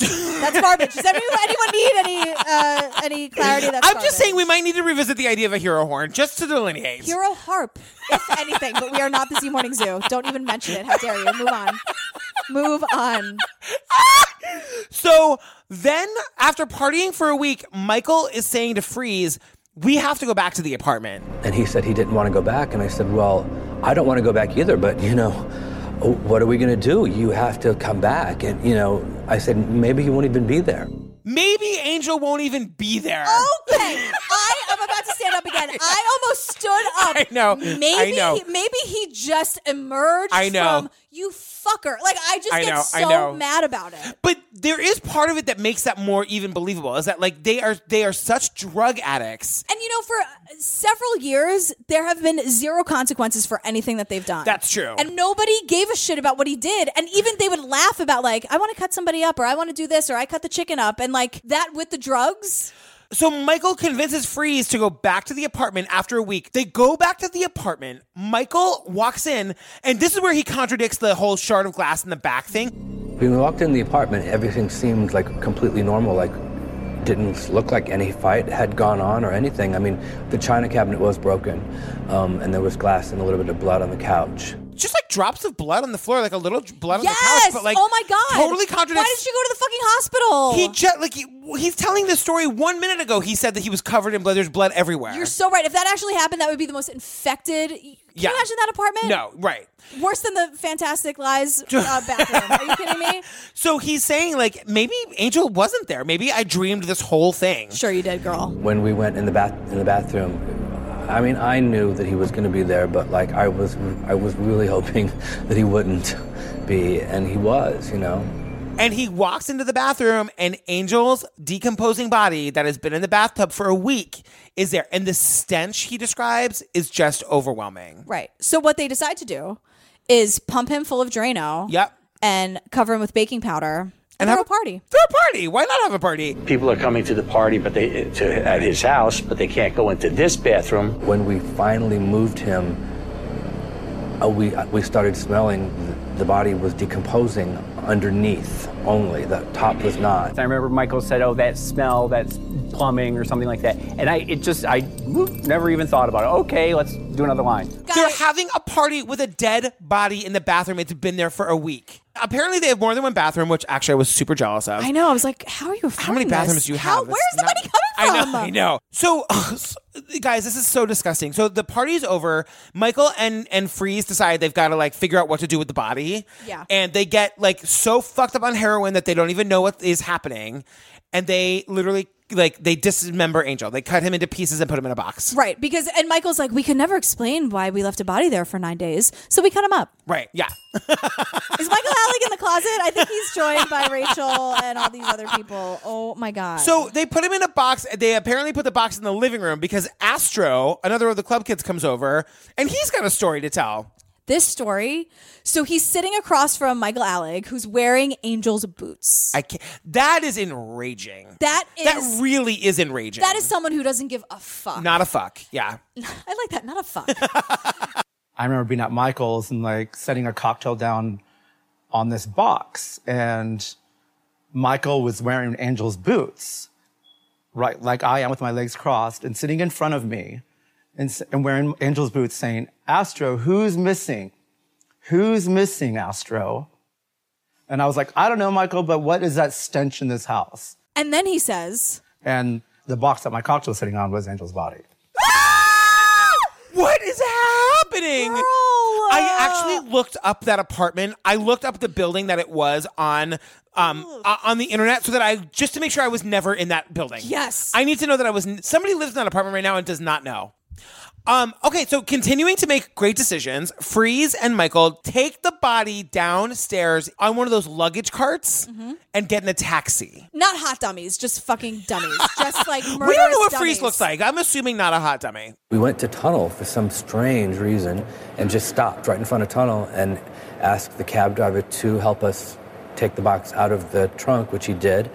B: That's garbage. Does anyone, anyone need any uh, any clarity? That's
A: I'm
B: garbage.
A: just saying we might need to revisit the idea of a hero horn just to delineate.
B: Hero harp, if anything, but we are not the Z Morning Zoo. Don't even mention it. How dare you? Move on. Move on.
A: So then, after partying for a week, Michael is saying to Freeze, "We have to go back to the apartment."
J: And he said he didn't want to go back. And I said, Well, I don't want to go back either, but you know, what are we going to do? You have to come back. And, you know, I said, Maybe he won't even be there.
A: Maybe Angel won't even be there.
B: Okay, I am about to stand up again. I almost stood up. I
A: know.
B: Maybe
A: I know.
B: He, maybe he just emerged.
A: I know.
B: From, you fucker! Like I just
A: I
B: get
A: know, I
B: so
A: know.
B: mad about it.
A: But there is part of it that makes that more even believable. Is that like they are they are such drug addicts?
B: And you know, for uh, several years, there have been zero consequences for anything that they've done.
A: That's true.
B: And nobody gave a shit about what he did. And even they would laugh about, like, I want to cut somebody up, or I want to do this, or I cut the chicken up. And like that with the drugs.
A: So Michael convinces Freeze to go back to the apartment after a week. They go back to the apartment. Michael walks in, and this is where he contradicts the whole shard of glass in the back thing.
J: When we walked in the apartment, everything seemed like completely normal, like didn't look like any fight had gone on or anything. I mean, the china cabinet was broken, um, and there was glass and a little bit of blood on the couch.
A: Just like drops of blood on the floor, like a little blood on the
B: Yes.
A: couch. But like,
B: oh my god.
A: totally contradicts.
B: Why did she go to the fucking hospital?
A: He just like he, he's telling this story one minute ago. He said that he was covered in blood. There's blood everywhere.
B: You're so right. If that actually happened, that would be the most infected. Can
A: Yeah.
B: you imagine that apartment?
A: no right.
B: Worse than the Fantastic Lies uh, bathroom. Are you kidding me?
A: So he's saying like maybe Angel wasn't there. Maybe I dreamed this whole thing.
B: Sure you did, girl.
J: When we went in the bath in the bathroom, I mean, I knew that he was going to be there, but like I was, I was really hoping that he wouldn't be, and he was, you know.
A: And he walks into the bathroom, and Angel's decomposing body that has been in the bathtub for a week is there. And the stench he describes is just overwhelming.
B: Right. So what they decide to do is pump him full of Drano.
A: Yep.
B: And cover him with baking powder. And, have a party.
A: Throw a party. Why not have a party?
I: People are coming to the party, but they to, at his house, but they can't go into this bathroom.
J: When we finally moved him, uh, we uh, we started smelling th- the body was decomposing underneath only. The top was not.
D: And I remember Michael said, "Oh, that smell, that's plumbing or something like that." And I, it just, I never even thought about it. Okay, let's do another line.
A: They're having a party with a dead body in the bathroom. It's been there for a week. Apparently, they have more than one bathroom, which actually I was super jealous of.
B: I know. I was like, how are you?
A: How many
B: affording
A: bathrooms
B: this?
A: do you
B: How-
A: have? It's
B: Where's the money coming
A: I
B: from?
A: know, I know. So, so, guys, this is so disgusting. So the party's over. Michael and and Freeze decide they've got to like figure out what to do with the body.
B: Yeah.
A: And they get like so fucked up on heroin that they don't even know what is happening, and they literally like they dismember Angel. They cut him into pieces and put him in a box.
B: Right, because and Michael's like, we could never explain why we left a body there for nine days, so we cut him up.
A: Right. Yeah.
B: Is Michael Alec in the closet? I think he's joined by Rachel and all these other people. Oh my god!
A: So they put him in a box. They apparently put the box in the living room because Astro, another of the club kids, comes over and he's got a story to tell.
B: this story. So he's sitting across from Michael Alec, who's wearing Angel's boots.
A: I can't. That is enraging.
B: That is
A: that really is enraging.
B: that is someone who doesn't give a fuck.
A: not a fuck. Yeah.
B: I like that. Not a fuck.
V: I remember being at Michael's and like setting a cocktail down on this box, and Michael was wearing Angel's boots, right? Like I am with my legs crossed and sitting in front of me and, s- and wearing Angel's boots saying, Astro, who's missing? Who's missing, Astro? And I was like, I don't know, Michael, but what is that stench in this house?
B: and then he says,
V: And the box that my cocktail was sitting on was Angel's body.
A: What is happening? I actually looked up that apartment. I looked up the building that it was on um uh, on the internet so that I just to make sure I was never in that building.
B: Yes.
A: I need to know that I was n- somebody lives in that apartment right now and does not know. Um okay, so continuing to make great decisions, Freeze and Michael take the body downstairs on one of those luggage carts
B: Mm-hmm.
A: and get in a taxi.
B: not hot dummies, just fucking dummies. just like murderous
A: we don't know what
B: dummies.
A: Freeze looks like. I'm assuming not a hot dummy.
J: We went to Tunnel for some strange reason and just stopped right in front of Tunnel and asked the cab driver to help us take the box out of the trunk, which he did.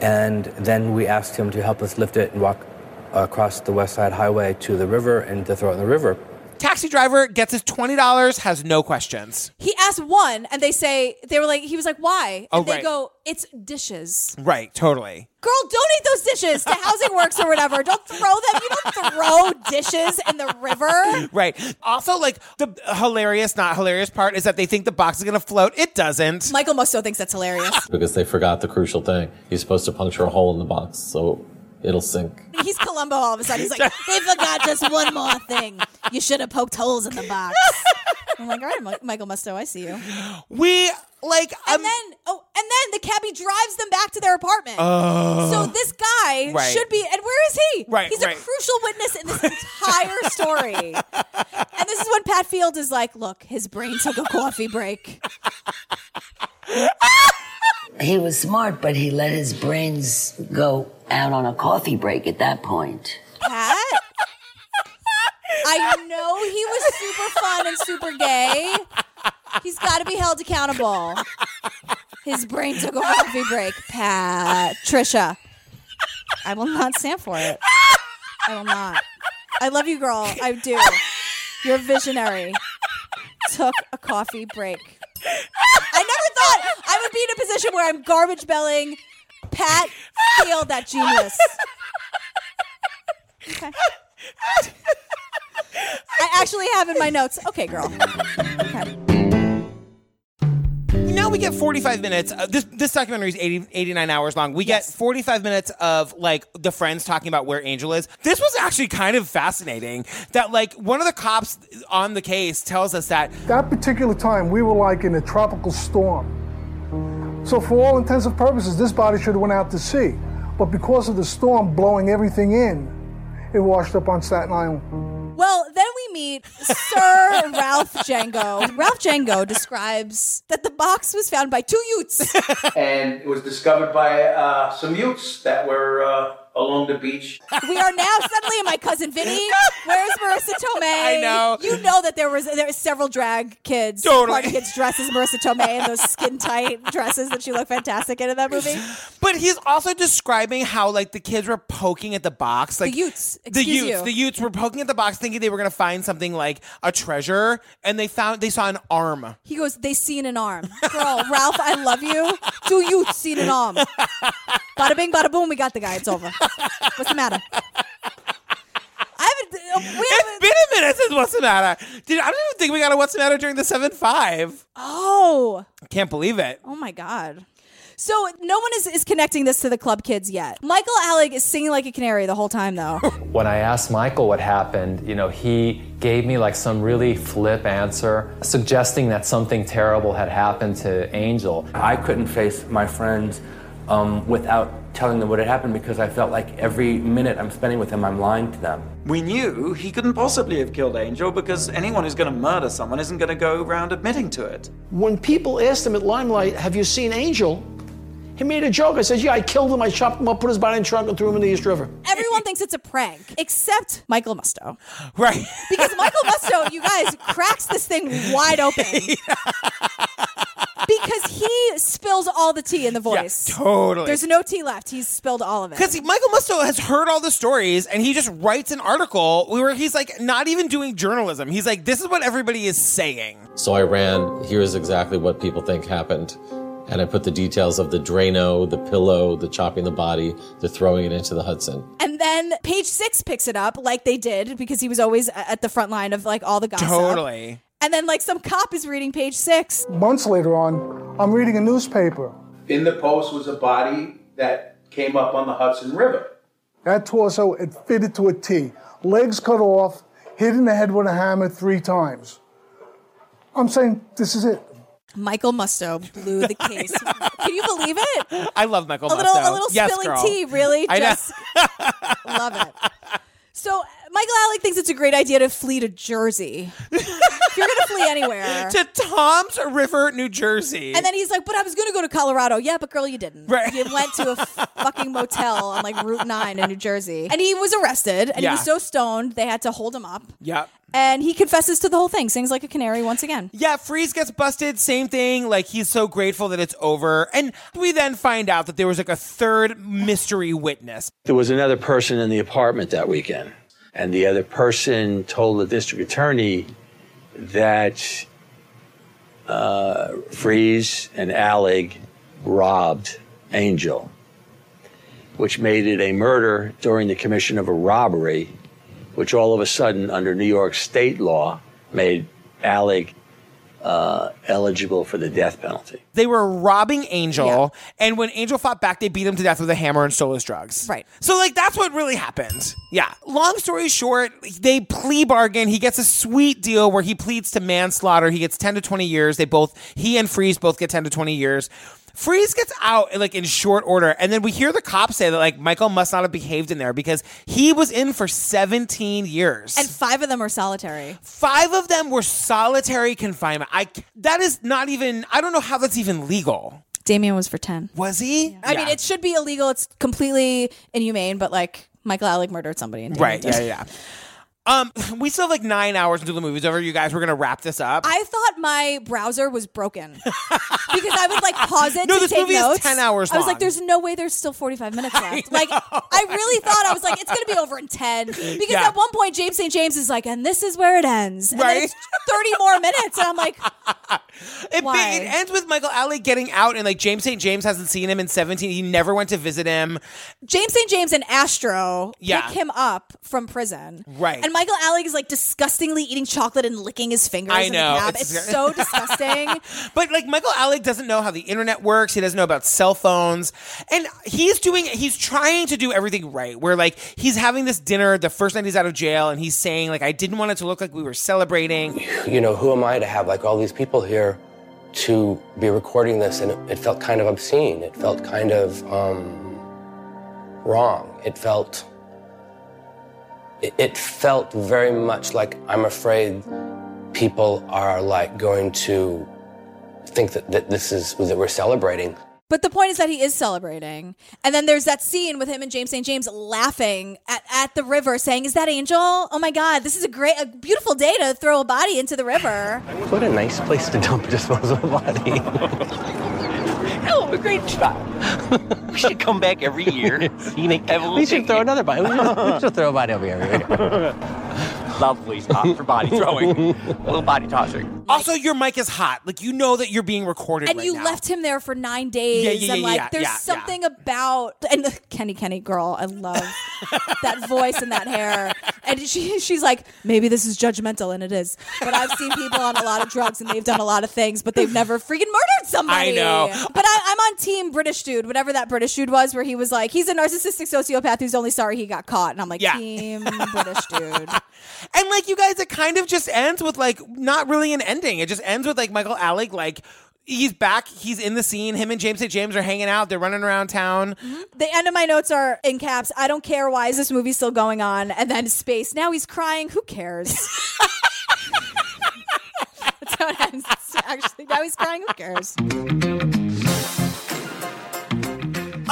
J: And then we asked him to help us lift it and walk across the West Side Highway to the river and to throw it in the river.
A: Taxi driver gets his $20, has no questions.
B: He asked one, and they say they were like, he was like, why?
A: Oh,
B: And they
A: right.
B: go, it's dishes.
A: Right, totally.
B: Girl, donate those dishes to Housing Works or whatever. Don't throw them. You don't throw dishes in the river.
A: Right. Also, like the hilarious, not hilarious part is that they think the box is gonna float. It doesn't.
B: Michael Musto thinks that's hilarious.
P: because they forgot the crucial thing. You're supposed to puncture a hole in the box so it'll sink.
B: He's Columbo all of a sudden. He's like, they forgot just one more thing. You should have poked holes in the box. I'm like, all right, Mi- Michael Musto, I see you.
A: We like, um,
B: and then oh, and then the cabbie drives them back to their apartment.
A: Oh.
B: so this guy
A: Right.
B: should be, and where is he?
A: Right,
B: he's
A: right.
B: a crucial witness in this entire story. and this is when Pat Field is like, look, his brain took a coffee break.
N: He was smart, but he let his brains go out on a coffee break at that point.
B: Pat. I know he was super fun and super gay. He's got to be held accountable. His brain took a coffee break. Pat, Trisha, I will not stand for it. I will not. I love you, girl. I do. You're visionary. Took a coffee break. I never thought I would be in a position where I'm garbage belling. Pat, feel that genius. Okay. I actually have in my notes. Okay, girl.
A: now we get 45 minutes. Uh, this this documentary is 80, 89 hours long. We get 45 minutes of like the friends talking about where Angel is. This was actually kind of fascinating that like one of the cops on the case tells us that
E: That particular time, we were like in a tropical storm. So for all intents and purposes, this body should have went out to sea. But because of the storm blowing everything in, it washed up on Staten Island.
B: Well, then we meet Sir Ralph Django. Ralph Django describes that the box was found by two youths.
T: and it was discovered by uh, some youths that were uh, along the beach.
B: We are now suddenly in my cousin Vinny. Where's Marissa Tomei?
T: I know.
B: You know that there was there was several drag kids,
A: Totally.
B: party kids dressed as Marissa Tomei in those skin tight dresses that she looked fantastic in in that movie.
A: But he's also describing how like the kids were poking at the box, like the
B: Utes.
A: The
B: Excuse
A: Utes,
B: you.
A: the Utes were poking at the box, thinking they were gonna find something like a treasure, and they found they saw an arm.
B: He goes, they seen an arm. Girl, Ralph, I love you. Do you seen an arm? Bada bing, bada boom, we got the guy. It's over. What's the matter? I haven't. We haven't
A: Been a minute since What's the Matter? Dude, I don't even think we got a What's the Matter during the seven five.
B: oh,
A: Can't believe it.
B: oh my God. So no one is, is connecting this to the club kids yet. Michael Alec is singing like a canary the whole time, though.
K: When I asked Michael what happened, you know, he gave me like some really flip answer, suggesting that something terrible had happened to Angel.
J: I couldn't face my friends um, without telling them what had happened because I felt like every minute I'm spending with them, I'm lying to them.
T: We knew he couldn't possibly have killed Angel because anyone who's going to murder someone isn't going to go around admitting to it.
L: When people asked him at Limelight, have you seen Angel? He made a joke. I said, yeah, I killed him. I chopped him up, put his body in a trunk, and threw him in the East River.
B: Everyone everyone thinks it's a prank except Michael Musto.
A: Right.
B: Because Michael Musto, you guys, cracks this thing wide open. because he spills all the tea in the voice.
A: totally.
B: There's no tea left. He's spilled all of it.
A: Because Michael Musto has heard all the stories and he just writes an article where he's like not even doing journalism. He's like, this is what everybody is saying.
P: So I ran, here's exactly what people think happened. And I put the details of the Drano, the pillow, the chopping the body, the throwing it into the Hudson.
B: And then page six picks it up like they did because he was always a- at the front line of like all the gossip.
A: Totally.
B: And then like some cop is reading page six.
W: Months later on, I'm reading a newspaper.
T: In the post was a body that came up on the Hudson River.
W: That torso, it fitted to a T. Legs cut off, hit in the head with a hammer three times. I'm saying this is it.
B: Michael Musto blew the case. Can you believe it?
A: I love Michael
B: a little,
A: Musto.
B: a little
A: yes,
B: spilling
A: girl.
B: tea, really.
A: I know.
B: Just love it. So Michael Alec thinks it's a great idea to flee to Jersey. if you're gonna flee anywhere,
A: to Tom's River, New Jersey.
B: and then he's like, "But I was gonna go to Colorado." Yeah, but girl, you didn't. Right. You went to a f- fucking motel on like Route Nine in New Jersey, and he was arrested. And
A: Yeah.
B: he was so stoned they had to hold him up.
A: Yep.
B: And he confesses to the whole thing, sings like a canary once again.
A: Yeah, Freeze gets busted. Same thing. Like he's so grateful that it's over, and we then find out that there was like a third mystery witness.
X: There was another person in the apartment that weekend, and the other person told the district attorney that uh, Freeze and Alleg robbed Angel, which made it a murder during the commission of a robbery, which all of a sudden, under New York state law, made Alleg uh, eligible for the death penalty.
A: They were robbing Angel, and when Angel fought back, they beat him to death with a hammer and stole his drugs. Right. So like that's what really happened. Yeah. Long story short, they plea bargain. He gets a sweet deal where he pleads to manslaughter. He gets ten to twenty years. They both he and Freeze both get ten to twenty years. Freeze gets out like in short order, and then we hear the cops say that like Michael must not have behaved in there because he was in for seventeen years.
B: And five of them are solitary.
A: Five of them were solitary confinement. I c- that is not even. I don't know how that's even legal.
B: Damien was for ten.
A: Was he?
B: I mean, it should be illegal. It's completely inhumane, but like Michael Alec murdered somebody. And
A: right.
B: didn't.
A: Yeah, yeah. Um, we still have like nine hours until the movie's over. You guys, we're gonna wrap this up.
B: I thought my browser was broken because I would like pause it
A: No,
B: to
A: this
B: take
A: movie is
B: notes.
A: 10 hours
B: I was
A: long.
B: like, "There's no way there's still 45 minutes left." like, I really thought I was like, "It's gonna be over in 10," because
A: Yeah.
B: at one point James St. James is like, "And this is where it ends." And then
A: Right.
B: it's 30 more minutes, and I'm like,
A: it,
B: why?
A: it ends with Michael Alley getting out, and like James St. James hasn't seen him in seventeen. He never went to visit him.
B: James St. James and Astro
A: Yeah.
B: pick him up from prison.
A: Right.
B: And Michael Alec is like disgustingly eating chocolate and licking his fingers
A: I
B: in
A: know.
B: the cab.
A: It's-
B: It's, so disgusting.
A: But like Michael Alec doesn't know how the internet works. He doesn't know about cell phones. And he's doing he's trying to do everything right. Where like he's having this dinner the first night he's out of jail and he's saying like I didn't want it to look like we were celebrating.
J: you know, who am I to have like all these people here to be recording this? And it, it felt kind of obscene. It felt kind of um, wrong. It felt. It, it felt very much like I'm afraid people are like going to think that, that this is that we're celebrating.
B: But the point is that he is celebrating. And then there's that scene with him and James St. James laughing at, at the river, saying, Is that Angel? Oh my God, this is a great, a beautiful day to throw a body into the river.
J: What a nice place to dump a disposable body.
D: Oh, great job. we should come back every year. You make that little
J: we should throw another body. We should, we should throw a body over here.
D: lovely spot for body throwing. little body tossing.
A: Also, your mic is hot. Like you know that you're being recorded.
B: And
A: right
B: you
A: now.
B: left him there for nine days.
A: Yeah, yeah,
B: and
A: yeah,
B: like,
A: yeah,
B: there's
A: yeah, yeah.
B: something about, and the Kenny Kenny girl, I love that voice and that hair. And she, she's like, Maybe this is judgmental, and it is. But I've seen people on a lot of drugs and they've done a lot of things, but they've never freaking murdered somebody.
A: I know.
B: But I, I'm on team British dude, whatever that British dude was, where he was like, he's a narcissistic sociopath who's only sorry he got caught. And I'm like,
A: Yeah.
B: team British dude.
A: And like you guys, it kind of just ends with like not really an ending. It just ends with like Michael Alec like. He's back. He's in the scene. Him and James St. James are hanging out. They're running around town.
B: The end of my notes are in caps. I don't care. Why is this movie still going on? And then space. Now he's crying. Who cares? That's how it ends. Actually, now he's crying. Who cares?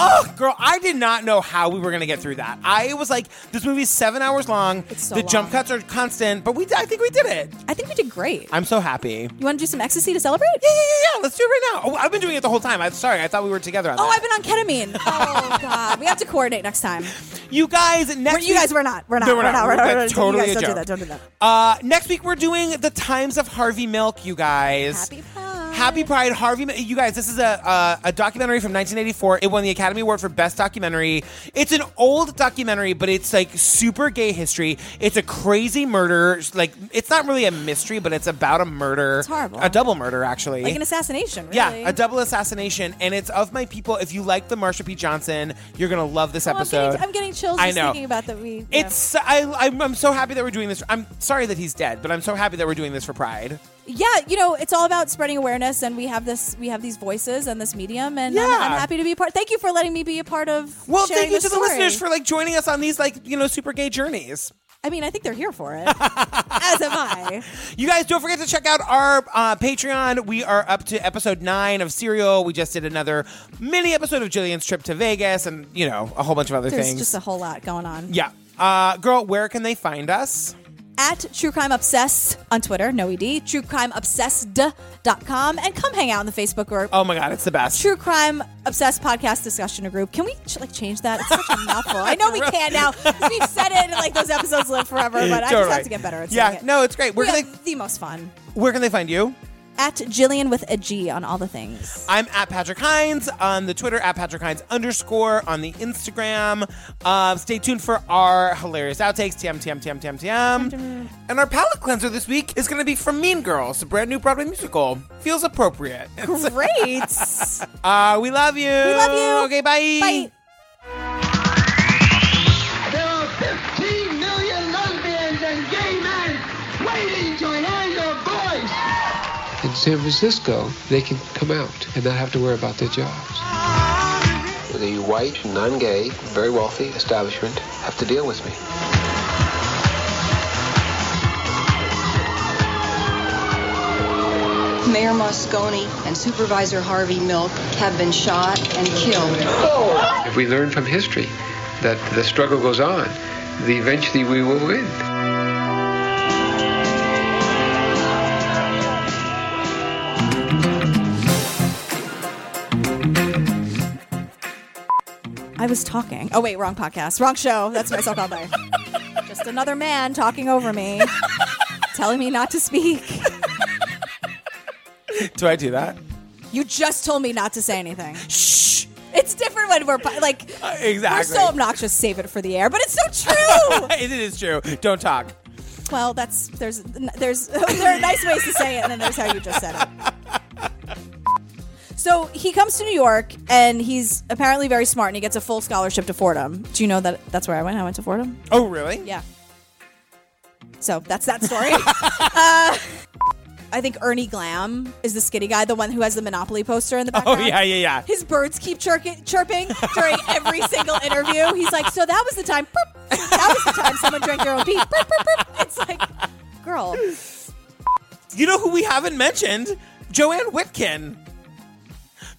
A: Oh, girl, I did not know how we were gonna get through that. I was like, this movie's seven hours long.
B: so
A: the jump
B: long.
A: cuts are constant, but we I think we did it.
B: I think we did great.
A: I'm so happy.
B: You want to do some ecstasy to celebrate?
A: Yeah, yeah, yeah, yeah. Let's do it right now. Oh, I've been doing it the whole time. I'm sorry. I thought we were together on
B: Oh,
A: that.
B: I've been on ketamine. Oh God, we have to coordinate next time.
A: You guys, next
B: we're, you guys, we're not. We're not.
A: No, we're not.
B: We're not.
A: That's
B: we're not.
A: totally
B: you
A: a
B: guys
A: joke.
B: Don't do that. Don't do that.
A: Uh, next week we're doing the times of Harvey Milk, you guys. Happy Pride. Happy Pride, Harvey. Milk. You guys, this is a uh, a documentary from 1984. It won the Academy Award for Best Documentary. It's an old documentary, but it's like super gay history. It's a crazy murder. Like it's not really a mystery, but it's about a murder. It's
B: horrible.
A: A double murder, actually.
B: Like an assassination. Really.
A: Yeah, a double assassination, and it's of my people. If you like the Marsha P. Johnson, you're gonna love this
B: Oh, I'm,
A: episode.
B: getting, I'm getting chills
A: I
B: just
A: know.
B: thinking about that. We. yeah.
A: It's I, I'm, I'm so happy that we're doing this. I'm sorry that he's dead, but I'm so happy that we're doing this for Pride.
B: yeah, you know, it's all about spreading awareness, and we have this, we have these voices and this medium, and I'm-
A: Yeah.
B: I'm, happy to be a part. Thank you for letting me be a part of.
A: Well,
B: sharing
A: thank you to
B: this
A: the
B: story.
A: listeners for like joining us on these like you know super gay journeys.
B: I mean, I think they're here for it, as am I.
A: You guys, don't forget to check out our uh, Patreon. We are up to episode nine of Serial. We just did another mini episode of Jillian's trip to Vegas, and you know a whole bunch of other
B: There's
A: things.
B: just a whole lot going on.
A: yeah, uh, girl, where can they find us?
B: at True Crime Obsessed on Twitter, no E ED, truecrimeobsessed.com, and come hang out in the Facebook group.
A: Oh my God, it's the best.
B: True Crime Obsessed Podcast Discussion Group. Can we ch- like change that? It's such a mouthful. I know we can now. 'cause We've said it and like those episodes live forever, but I just
A: Totally.
B: have to get better at
A: Yeah,
B: saying it.
A: no, it's great. Where
B: we
A: can
B: have the most fun.
A: Where can they find you?
B: At Jillian with a G on all the things.
A: I'm at Patrick Hines on the Twitter, at Patrick Hines underscore on the Instagram. Uh, stay tuned for our hilarious outtakes, TM, TM, TM, TM, TM. And our palate cleanser this week is going to be from Mean Girls, a brand new Broadway musical. Feels appropriate.
B: Great.
A: uh, we love you. We
B: love you.
A: Okay, bye. Bye.
H: There are 15 million lesbians and gay men waiting to hear your voice.
Q: In San Francisco, they can come out and not have to worry about their jobs. The white, non gay, very wealthy establishment have to deal with me.
S: Mayor Moscone and Supervisor Harvey Milk have been shot and killed.
Q: If we learn from history that the struggle goes on, the eventually we will win.
B: I was talking. Oh, wait, wrong podcast. Wrong show. That's myself all day. Just another man talking over me, telling me not to speak.
A: Do I do that?
B: You just told me not to say anything. Shh. It's different when we're po- like We're
A: exactly.
B: so obnoxious. Save it for the air, but it's so true.
A: it is true. Don't talk.
B: well, that's there's there's there are nice ways to say it, and then there's how you just said it. So he comes to New York, and he's apparently very smart, and he gets a full scholarship to Fordham. Do you know that that's where I went? I went to Fordham.
A: Oh, really?
B: Yeah. So that's that story. uh, I think Ernie Glam is the skinny guy, the one who has the Monopoly poster in the
A: Oh,
B: background.
A: yeah, yeah, yeah.
B: His birds keep chirk- chirping during every single interview. He's like, so that was the time. boop. That was the time someone drank their own pee. Boop, boop, boop." It's like, girl.
A: You know who we haven't mentioned? Joanne Whitkin.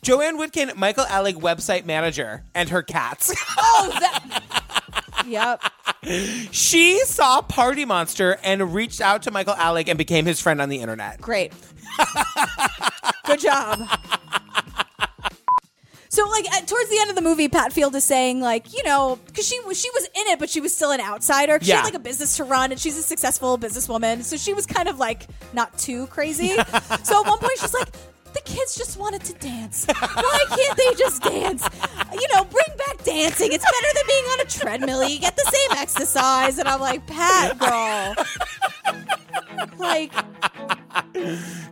A: Joanne Whitkin, Michael Alec website manager, and her cats.
B: Oh, that. Yep.
A: she saw Party Monster and reached out to Michael Alec and became his friend on the internet.
B: Great. Good job. So, like at, towards the end of the movie, Pat Field is saying, like, you know, because she was she was in it, but she was still an outsider. 'cause She
Y: Yeah.
B: had like a business to run, and she's a successful businesswoman, so she was kind of like not too crazy. so at one point, she's like, the kids just wanted to dance. Why can't they just dance? You know, bring back dancing. It's better than being on a treadmill. You get the same exercise. And I'm like, Pat, girl, like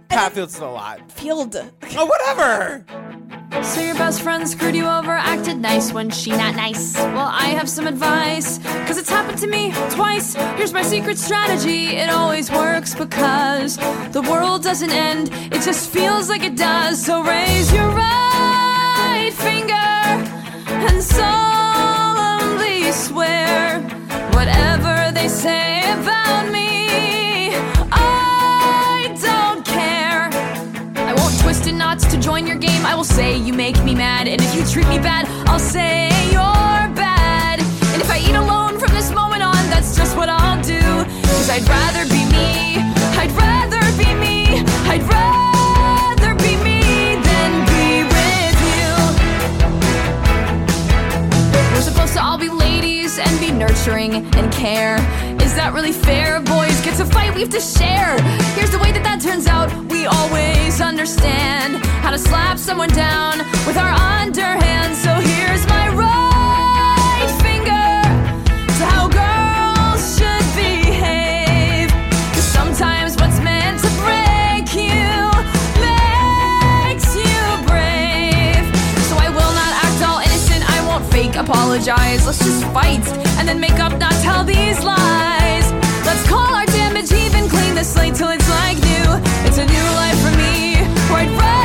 A: Pat Field's still alive.
B: Field.
A: Oh, whatever.
Z: So your best friend screwed you over, acted nice when she not nice. Well, I have some advice, cause it's happened to me twice. Here's my secret strategy. It always works because the world doesn't end, it just feels like it does. So raise your right finger and solemnly swear whatever they say about me, I don't care. I won't twist in knots to join your game. I will say you make me mad. And if you treat me bad, I'll say you're bad. And if I eat alone from this moment on, that's just what I'll do. Cause I'd rather be me. I'd rather be me. I'd rather be me than be with you. We're supposed to all be ladies and be nurturing and care. Is that really fair? Boys get to fight, we have to share. Here's the way that that turns out. We always understand how to slap someone down with our underhand. So here's my right finger to how girls should behave. 'Cause sometimes what's meant to break you makes you brave. So I will not act all innocent. I won't fake apologize. Let's just fight and then make up, not tell these lies. Let's call our damage even, clean the slate till it's like new. It's a new life for me. Right, right.